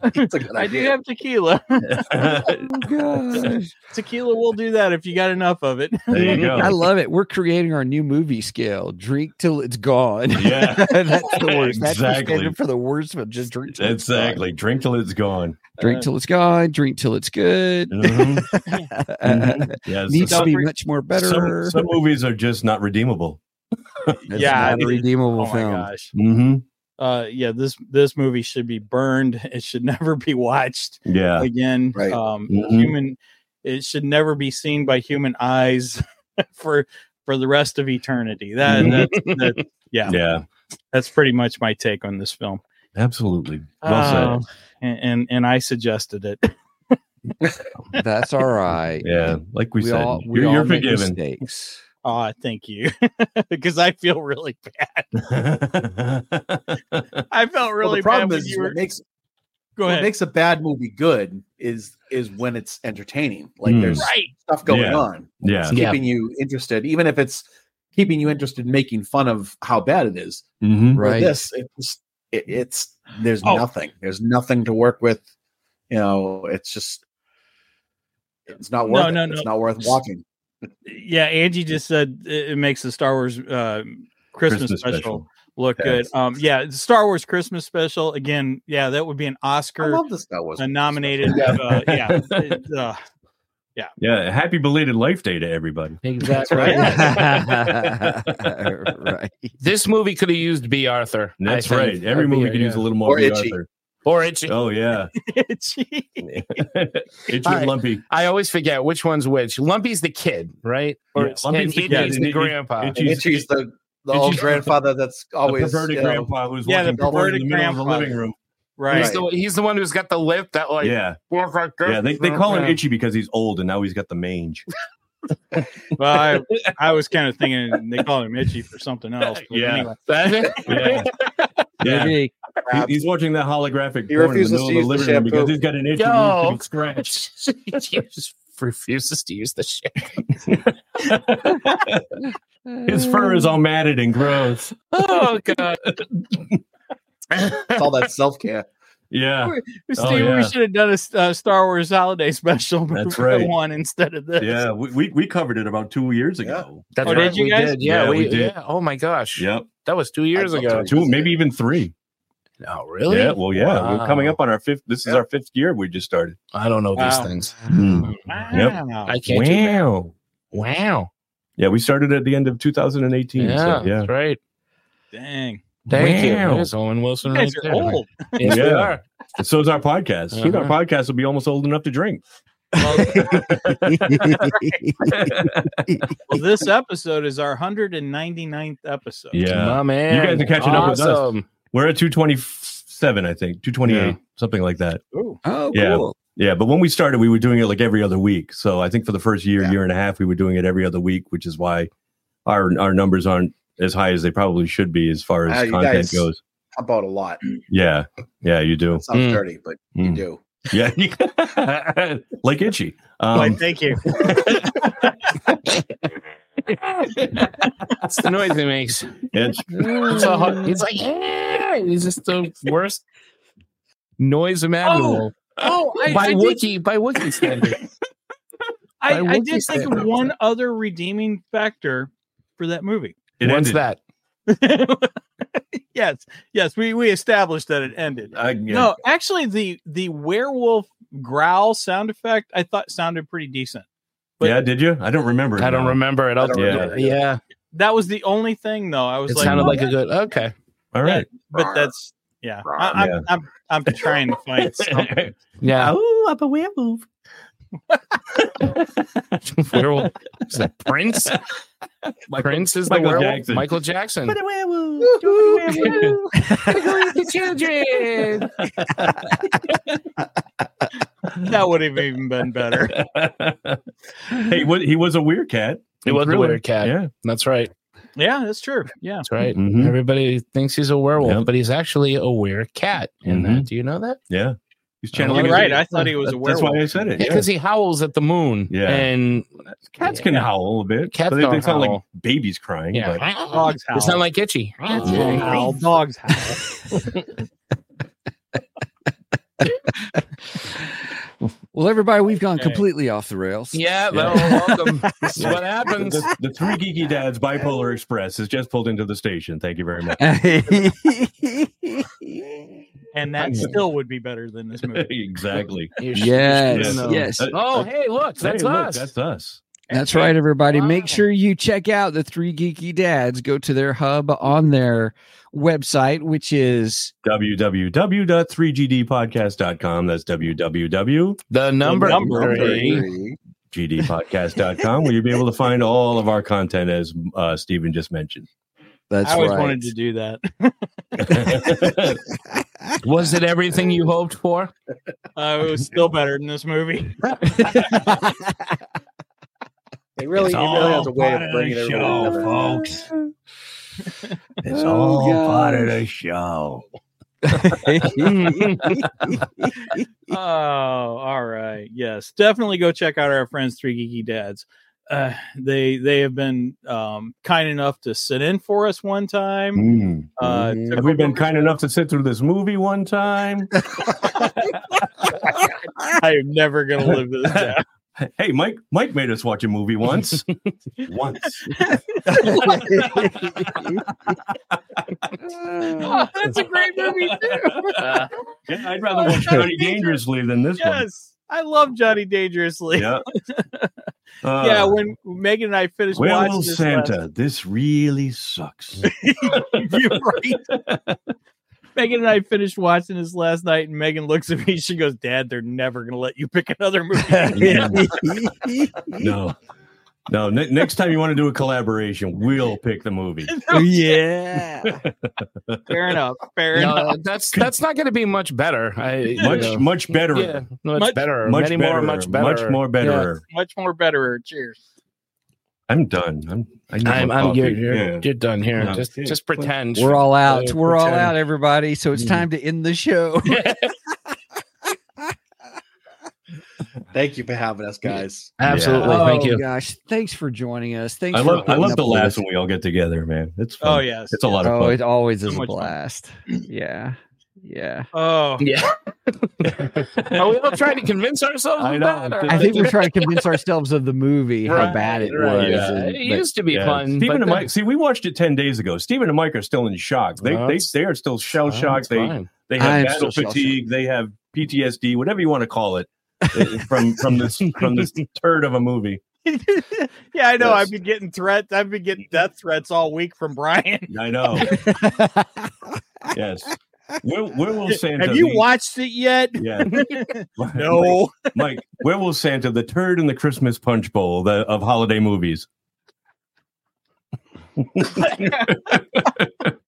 S4: I do have tequila.
S1: Oh, gosh.
S4: Tequila will do that if you got enough of it.
S1: I love it. We're creating our new movie scale. Drink till it's gone.
S2: Yeah.
S1: That's the worst. That's the
S2: Exactly.
S1: standard for the worst one. Just drink till it's gone.
S2: Exactly. Drink till it's gone.
S1: Drink till it's gone. Drink till it's good.
S2: Mhm. Yeah, so
S1: Needs to
S2: some-
S1: be much more better.
S2: Some, some movies are just not redeemable.
S1: It's not a redeemable
S4: oh my
S1: film.
S4: gosh.
S2: Mm-hmm.
S4: Uh, yeah, this this movie should be burned. It should never be watched.
S2: Yeah.
S4: again, um,
S5: Mm-hmm.
S4: human. It should never be seen by human eyes for for the rest of eternity.
S5: Mm-hmm.
S4: That, that, that Oh, yeah,
S2: yeah.
S4: That's pretty much my take on this film.
S2: Absolutely.
S1: Oh.
S4: Uh, and, and and I suggested it.
S1: That's all right.
S2: Yeah, like we,
S4: We
S2: said,
S4: all- we
S2: you're, you're
S4: all make
S2: forgiven.
S4: Ah, thank you, because I feel really bad. I felt
S5: Well,
S4: really
S5: the
S4: bad.
S5: problem
S4: when
S5: is
S4: you were-
S5: what makes
S4: Go
S5: What
S4: ahead.
S5: makes a bad movie good is is when it's entertaining. Like
S4: Hmm.
S5: there's
S4: Right.
S5: stuff going
S4: Yeah.
S5: on.
S4: Yeah.
S5: It's
S4: Yeah.
S5: keeping you interested, even if it's keeping you interested in making fun of how bad it is.
S2: Mm-hmm.
S5: Right.
S1: Right.
S5: This it's it, it's there's
S1: Oh.
S5: nothing. There's nothing to work with. You know, it's just it's not worth
S4: No,
S5: it.
S4: no,
S5: it's
S4: no.
S5: not worth watching.
S4: yeah, Angie just said it, it makes the Star Wars uh, Christmas,
S5: Christmas
S4: special,
S5: special.
S4: look
S5: Yes.
S4: good. Um, yeah, the Star Wars Christmas special again. Yeah, that would be an Oscar.
S5: I love the Star Wars
S4: a nominated.
S2: special.
S4: Uh,
S2: Yeah.
S4: yeah, it, uh, yeah.
S2: Yeah, happy belated life day to everybody.
S10: Exactly.
S1: right.
S10: This movie could have used B. Arthur. I
S2: That's
S10: think.
S2: right. Every
S10: Or
S2: movie
S10: B.
S2: could use
S10: yeah.
S2: a little more
S10: Or
S2: B.
S10: itchy.
S2: Arthur.
S10: Or itchy.
S2: Oh yeah,
S4: itchy,
S2: itchy
S10: All right.
S2: and lumpy.
S10: I always forget which one's which. Lumpy's the kid, right? Or
S2: Yeah,
S10: it's-
S2: Lumpy's
S10: and
S2: the
S10: Itchy's
S2: kid,
S10: the
S2: and Itchy-
S10: grandpa.
S2: Itchy's- Itchy's
S5: the- The old grandfather that's always
S2: perverted
S5: you know,
S2: grandpa who's
S10: Yeah, the
S2: walking forward in the
S10: perverted
S2: middle of the
S10: grandpa.
S2: living room.
S4: Right.
S10: He's the, he's the one who's got the lip that like
S2: Yeah.
S10: walk like this.
S2: Yeah, they, they call him
S10: Yeah.
S2: itchy because he's old and now he's got the mange.
S4: Well, I, I was kind of thinking they call him Itchy for something else. but
S2: Yeah.
S4: anyway.
S2: Yeah. Yeah.
S1: Maybe.
S2: He- he's watching that holographic porn
S10: He
S2: in the
S10: refuses
S2: middle
S10: to
S2: of the
S10: use the
S2: living room because
S10: shampoo.
S2: he's got an itchy
S10: Yo.
S2: and scratch.
S10: he just refuses to use the shit.
S2: His fur is all matted and gross.
S10: Oh god.
S5: it's all that self care.
S2: Yeah.
S4: Steve,
S2: Oh, yeah.
S4: we should have done a S- uh, Star Wars holiday special.
S2: That's
S4: for
S2: right.
S4: One instead of this.
S2: Yeah, we, we, we covered it about two years ago.
S10: That's
S4: Oh,
S10: right.
S4: did you
S10: we
S4: guys?
S10: did. Yeah,
S2: Yeah,
S10: we,
S2: we did.
S10: Yeah. Oh my gosh.
S2: Yep.
S10: That was two years ago.
S2: Two, maybe even three.
S10: Oh, really?
S2: Yeah. Well, yeah. We're
S10: Wow.
S2: coming up on our fifth. This is our fifth year we just started.
S10: I don't know
S2: Wow.
S10: these things.
S2: Yep.
S4: Wow.
S10: I can't. do that.
S2: Wow.
S10: Wow.
S2: Yeah, we started at the end of 2018.
S10: Yeah,
S2: so, yeah.
S10: That's right.
S4: Dang.
S10: Thank
S2: Wow.
S10: you. There's Owen Wilson.
S4: You
S10: Right
S4: guys
S10: there.
S4: are old.
S10: Yes, we are.
S2: And so is our podcast. Soon our
S10: Uh-huh.
S2: podcast will be almost old enough to drink.
S4: Well, this episode is our 199th episode.
S2: Yeah. You guys are catching up with us. We're at 227, I think, 228, something like that.
S4: Ooh.
S1: Oh,
S2: yeah. Yeah. But when we started, we were doing it like every other week. So I think for the first year, year and a half, we were doing it every other week, which is why our our numbers aren't as high as they probably should be as far as
S5: Ah, you
S2: content
S5: guys-
S2: goes.
S5: I bought a lot.
S2: Yeah. Yeah, you do.
S5: Sounds
S2: Mm.
S5: dirty, but you
S2: Mm.
S5: do.
S2: Yeah. Mm. like itchy. Um,
S4: Why, thank you.
S10: That's the noise he makes.
S2: It's,
S10: it's, a hot, it's like, yeah. He's just the worst noise imaginable.
S4: Oh, I,
S10: by
S4: I did,
S10: Wookiee, by Wookiee standards.
S4: I, I
S10: by Wookiee
S4: did think of
S10: standards.
S4: one other redeeming factor for that movie.
S2: It
S10: What's
S2: ended.
S10: that?
S4: Yes, yes, we we established that it ended. Uh,
S2: I, yeah.
S4: No, actually, the the werewolf growl sound effect I thought sounded pretty decent.
S2: yeah, did you? I don't remember.
S10: I don't
S2: now.
S10: remember it.
S2: I
S10: I'll,
S2: don't remember
S10: yeah, yeah.
S4: That was the only thing, though. I was
S10: It
S4: like,
S10: sounded
S4: "Oh,
S10: like a good. Okay.
S2: All right.
S4: but that's yeah. I,
S2: Yeah.
S4: am I'm, I'm trying to find something.
S10: Yeah.
S2: Oh, I'm a werewolf.
S10: werewolf. Is that Prince? Prince is the
S2: Michael
S10: werewolf.
S2: Jackson.
S10: Michael Jackson.
S11: children.
S4: that would have even been better.
S2: hey, what, he was a weird cat.
S10: He was a
S2: Thriller.
S10: weird cat.
S2: Yeah. Mm-hmm.
S10: That's right.
S4: Yeah, that's true. Yeah,
S10: That's right.
S2: Mm-hmm.
S10: Everybody thinks he's a werewolf, but he's actually a weird cat. In that, do you know that?
S2: Yeah. He's channeling.
S4: You're right, I thought he was a
S2: That's why I
S4: werewolf.
S2: said it.
S4: Yeah, 'cause
S10: he howls at the moon.
S2: Yeah,
S10: and
S2: cats can howl a bit.
S10: Cats
S2: But they, they
S10: don't
S2: sound like
S10: howl.
S2: babies crying.
S10: Yeah.
S2: but-
S10: Dogs They sound howl. like Itchy. Cats don't howl,
S4: Dogs howl.
S1: Well, everybody, we've gone
S2: Okay.
S1: completely off the rails.
S10: Yeah,
S2: well,
S10: welcome.
S2: This is
S10: what happens.
S2: The, the three geeky dads bipolar express has just pulled into the station. Thank you very much.
S4: and that still would be better than this movie.
S2: exactly. Uh,
S1: Yes, yes.
S10: Oh, hey, look, that's
S2: hey,
S10: us.
S2: that's us.
S1: That's right, everybody. Make sure you check out the three geeky dads. Go to their hub on their website, which is
S2: www.3gdpodcast.com. That's www.
S10: The number three.
S2: gdpodcast.com, where you'll be able to find all of our content, as uh, Stephen just mentioned.
S4: I always wanted to do that.
S10: Was it everything you hoped for?
S4: Uh, it was still better than this movie.
S5: It really,
S4: It's
S5: it really has
S4: all
S5: a way
S4: part of
S5: of bringing
S4: the
S5: it
S4: show,
S2: folks.
S1: It's
S2: all part of the show.
S4: oh, all right. Yes, definitely go check out our friends Three Geeky Dads. Uh, they they have been um, kind enough to sit in for us one time. Uh, took
S2: Mm. Have we been kind enough to sit through this movie one time?
S4: I am never gonna live this down.
S2: Hey, Mike! Mike made us watch a movie once. once.
S4: Oh, that's a great movie too.
S2: Yeah, I'd rather watch Johnny Dangerously than this one.
S4: yes, I love Johnny Dangerously.
S2: Yeah. Uh,
S4: yeah, when Megan and I finished watching
S2: Well,
S4: this
S2: Uh, Santa,
S4: last-
S2: this really sucks.
S4: You're right. Megan and I finished watching this last night, and Megan looks at me. She goes, "Dad, they're never gonna let you pick another movie."
S2: no, no. Ne- next time you want to do a collaboration, we'll pick the movie.
S1: yeah.
S4: Fair enough. Fair
S10: No,
S4: enough.
S10: That's that's not going to be much better. I, you
S2: Much,
S10: know.
S2: much better.
S10: Yeah, much,
S4: Much-
S10: better.
S2: much
S10: Many more,
S2: better,
S10: much better.
S2: much more better.
S4: Much more better. Cheers.
S2: I'm done. I'm. I need
S10: I'm,
S2: more
S10: I'm
S2: coffee.
S10: you're, you're,
S2: Yeah.
S10: you're done here.
S2: No.
S10: Just just pretend.
S1: We're all out.
S10: Uh,
S1: We're all
S10: pretend.
S1: out, everybody. So
S2: Mm-hmm.
S1: it's time to end the show.
S5: Thank you for having us, guys.
S10: Absolutely.
S1: Oh,
S10: Thank you.
S1: Gosh, thanks for joining us. Thanks.
S2: I
S1: for
S2: love. I
S1: putting
S2: love
S1: up
S2: the
S1: with
S2: laughs
S1: us.
S2: when we all get together, man. It's fun.
S4: Oh yes.
S2: It's a lot of
S1: Oh,
S2: fun.
S1: it always is a
S4: much fun.
S1: blast. Yeah, yeah.
S4: Oh
S10: yeah. Are we all trying to convince ourselves
S2: I
S10: of
S2: know.
S10: that? or-
S1: I think we're trying to convince ourselves of the movie how
S10: Right,
S1: bad it
S10: right,
S1: was.
S10: yeah.
S1: and-
S10: It
S1: but-
S10: used to be fun.
S2: Stephen
S10: but
S2: and
S10: then-
S2: Mike. See, we watched it ten days ago. Stephen and Mike are still in shock. They
S10: Well,
S2: they,
S10: that's-
S2: they are still shell shocked.
S10: that's
S2: They
S10: Oh, fine.
S2: they
S1: I am
S2: have battle
S1: still shell-shocked.
S2: fatigue. They have PTSD, whatever you want to call it, eh, from from this from this turd of a movie.
S4: Yeah, I know. I've been getting threats. I've been getting death threats all week from Brian.
S2: I know. yes. Where, where will Santa?
S4: Have you
S2: lead-
S4: watched it yet?
S2: Yeah.
S4: no.
S2: Mike, Mike, where will Santa, the turd in the Christmas punch bowl the, of holiday movies?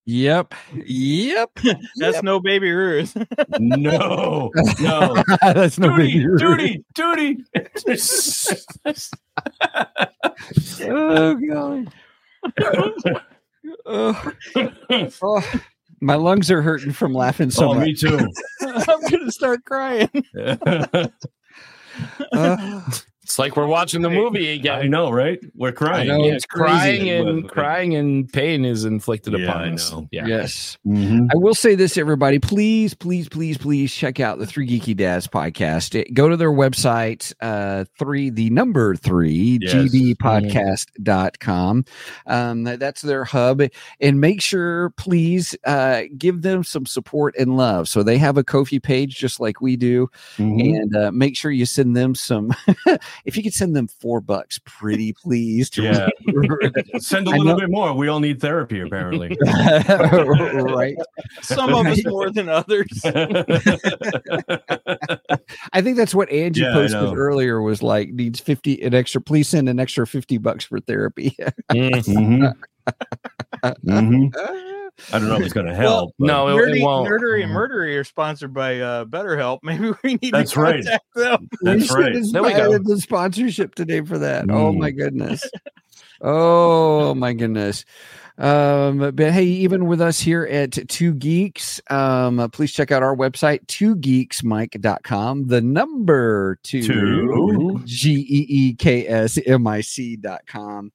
S1: Yep. Yep.
S4: That's no baby Ruth.
S2: No, no.
S1: That's no big deal.
S2: Duty, duty.
S1: Oh god. oh. Oh, my lungs are hurting from laughing so
S2: oh,
S1: much.
S2: me too.
S4: I'm gonna start crying.
S1: Uh,
S10: It's like we're watching the movie again.
S2: I know, right? We're crying.
S1: I know,
S10: Yeah,
S1: it's
S10: crying
S1: crazy.
S10: and
S2: But-
S10: crying and pain is inflicted
S2: Yeah, I
S10: upon us.
S2: know.
S10: Yeah.
S1: Yes. I will say this, everybody. Please, please, please, please check out the Three Geeky Dads podcast. It- go to their website, uh, three, the number three,
S2: Yes.
S1: gdpodcast.com. Um, that- that's their hub. And make sure, please, uh, give them some support and love. So they have a Kofi page just like we do.
S2: Mhm.
S1: And uh, make sure you send them some, if you could send them four bucks, pretty please. to-
S2: Yeah. Send a
S1: I
S2: little
S1: know-
S2: bit more. We all need therapy, apparently.
S1: right.
S4: Some of us more than others.
S1: I think that's what Angie
S2: Yeah, I
S1: posted
S2: know.
S1: earlier was like needs 50 an extra please send an extra 50 bucks for therapy.
S2: Mhm. Mhm. I don't know if it's going to help. but-
S10: No, it- it,
S4: Nerdy,
S10: won't.
S4: Nerdery and Murdery are sponsored by uh, BetterHelp. Maybe we need
S2: Mm-hmm. That's
S4: to
S2: right.
S4: contact them.
S2: That's
S1: should
S2: right.
S1: have
S10: There we go.
S1: added the sponsorship today for that. Oh my goodness. Oh my goodness. Um, but hey, even with us here at Two Geeks, um, uh, please check out our website, twogeeksmike.com, the number two,
S2: Two.
S1: G E E K S M I C.com.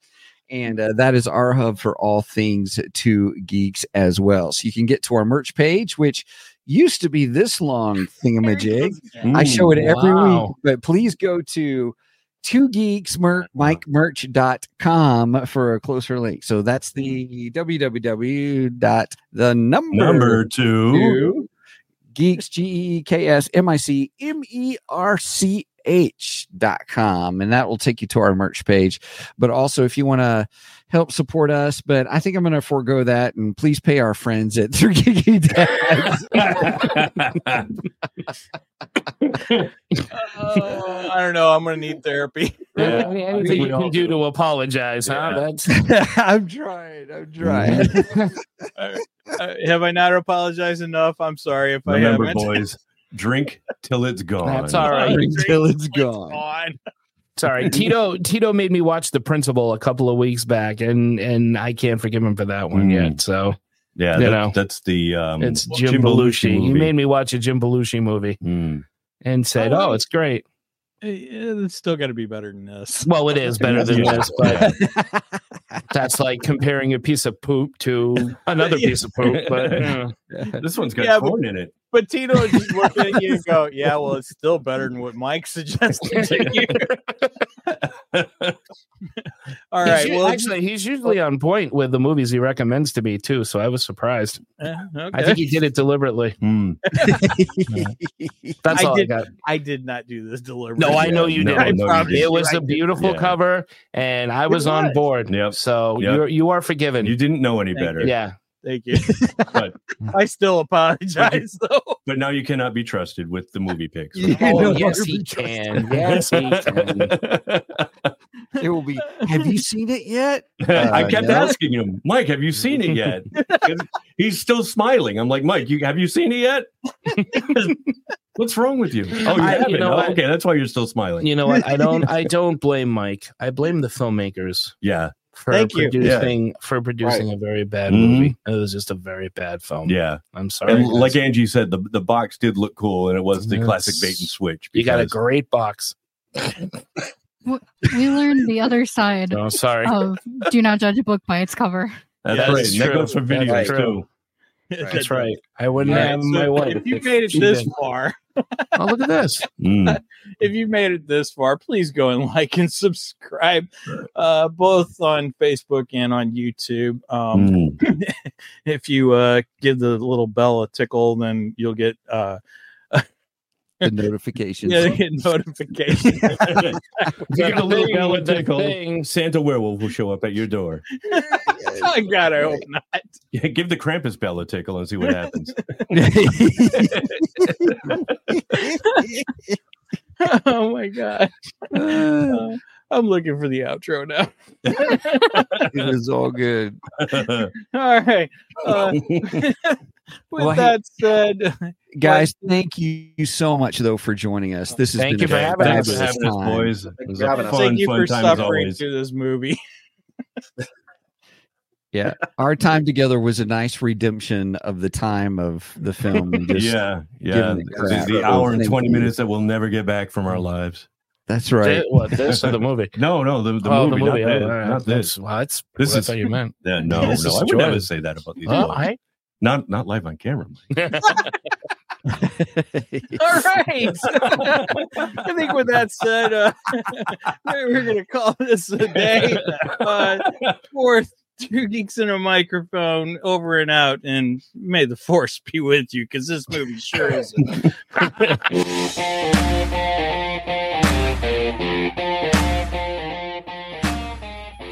S1: And uh, that is our hub for all things Two Geeks as well. So you can get to our merch page, which used to be this long thingamajig. I show it
S10: Ooh,
S1: every
S10: wow.
S1: week, but please go to two geeks mer- mikemerch.com for a closer link. So that's the
S10: Hmm.
S1: www dot the number,
S2: Number two.
S1: geeks g e e k s m i c m e r c h dot com and that will take you to our merch page but also if you want to help support us but i think i'm going to forego that and please pay our friends at E 3 giggy dads
S4: Uh, I don't know. I'm gonna need therapy.
S10: Yeah. Anything you can do to apologize, huh? That's
S1: I'm trying. I'm trying.
S4: Uh, have I not apologized enough? I'm sorry if I
S2: Remember,
S4: haven't.
S2: boys, drink till it's gone.
S10: That's all right.
S1: Until it's gone.
S10: Sorry, Tito. Tito made me watch The Principal a couple of weeks back, and and I can't forgive him for that one yet. So
S2: Yeah,
S10: you
S2: that-
S10: know,
S2: that's the um,
S10: it's Jim, Belushi. He
S2: movie. Hmm.
S10: made me watch a Jim Belushi movie and said, "Oh, it's great."
S4: Eh, It's still got to be better than this.
S10: Well, it is better than
S4: Yeah.
S10: this, but
S1: Oh,
S10: that's like comparing a piece of poop to another piece of poop. But
S2: this one's got
S4: Yeah, but-
S2: corn in it.
S4: But Tito just looked at you and go, "Yeah, well, it's still better than what Mike suggested to you." All
S10: He's
S4: right.
S10: u-
S4: Well,
S10: actually, he's usually on point with the movies he recommends to me too. So I was surprised.
S4: Eh,
S10: I
S4: okay.
S10: think he did it deliberately. That's
S4: I
S10: all I
S4: did,
S10: got.
S4: I did not do this deliberately.
S10: No, I know you
S4: I
S10: did. not
S4: promise you,
S10: it was
S4: I
S10: a
S4: did.
S10: beautiful
S4: Yeah.
S10: cover, and I
S4: It
S10: was, on
S4: was.
S10: board. So
S2: Yep.
S10: you're you are forgiven.
S2: You didn't know any
S10: Thank
S2: better.
S10: you. Yeah.
S4: Thank you. I still apologize though.
S2: But now you cannot be trusted with the movie picks.
S10: Oh, yes, he can. Yes, he can.
S1: it will be have you seen it yet
S2: I kept
S1: no.
S2: asking him, Mike, have you seen it yet? 'Cause He's still smiling. I'm like, Mike, you have you seen it yet? What's wrong with you? Oh, you
S10: I- you
S2: haven't.
S10: know
S2: Oh,
S10: what?
S2: okay, that's why you're still smiling.
S10: You know what? I don't. I don't blame Mike. I blame the filmmakers.
S2: Yeah.
S10: For
S2: Thank you.
S10: producing
S2: Yeah.
S10: for producing
S2: Right.
S10: a very bad
S2: Mhm.
S10: movie. It was just a very bad film.
S2: Yeah.
S10: I'm sorry.
S2: And
S10: guys.
S2: like Angie said, the, the box did look cool, and it was the
S10: Yes.
S2: classic bait and switch.
S10: you got a
S2: because-
S10: great box.
S12: W- We learned the other side
S10: Oh, sorry.
S12: of do not judge a book by its cover.
S2: That's
S10: Yeah,
S2: right.
S10: that's
S2: and that
S10: true.
S2: goes for
S10: That's
S2: videos
S10: true.
S2: too.
S10: That's right. I wouldn't
S4: All right, uh,
S10: have
S4: so
S10: my wife.
S4: If you made it
S10: she
S4: this
S10: didn't.
S4: far,
S10: oh look at this.
S4: if you made it this far, please go and like and subscribe, uh, both on Facebook and on YouTube. Um, if you uh, give the little bell a tickle, then you'll get uh,
S1: the notifications
S4: you'll get notification.
S2: You get a little
S10: thing
S2: bell
S10: with
S2: and
S10: the
S2: tickle,
S10: thing.
S2: Santa werewolf will show up at your door.
S4: I Oh, God, I hope not.
S2: Yeah, give the Krampus bell a tickle and see what happens.
S4: oh my god. Uh, I'm looking for the outro now.
S1: it is all good
S4: All right. Uh, with
S1: Well, hey-
S4: that said,
S1: guys thank you so much though for joining us this has
S10: Thank
S1: been
S10: you
S1: a
S10: for having us.
S1: fabulous
S2: Thanks for having us,
S1: time.
S2: boys.
S1: It
S2: Thanks
S1: was
S2: for
S1: a
S2: having us.
S1: fun-
S4: thank you
S2: fun
S4: for
S2: time as
S4: suffering
S2: always.
S4: through this movie.
S1: yeah our time together was a nice redemption of the time of the film and just
S2: yeah, yeah.
S1: giving
S2: The,
S1: it crap.
S2: the
S1: So
S2: hour and
S1: thank
S2: twenty
S1: you.
S2: minutes that we'll never get back from our lives.
S1: that's right
S10: Thi- what, this or the movie?
S2: no, no, the, the,
S10: Oh,
S2: movie,
S10: the movie.
S2: Not,
S10: Oh,
S2: thi-
S10: all right.
S2: not this.
S10: That's- well, that's
S2: this
S10: what I
S2: is
S10: thought you meant.
S2: Yeah, no,
S10: This
S2: no,
S10: is
S2: I would never
S10: joy.
S2: say that about these.
S10: All
S2: movies.
S10: right.
S2: Not not live on camera. Mike.
S4: All right. I think with that said, uh, we're going to call this a day. Uh, for two geeks and a microphone, over and out, and may the force be with you because this movie sure isn't.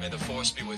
S3: May the force be with you.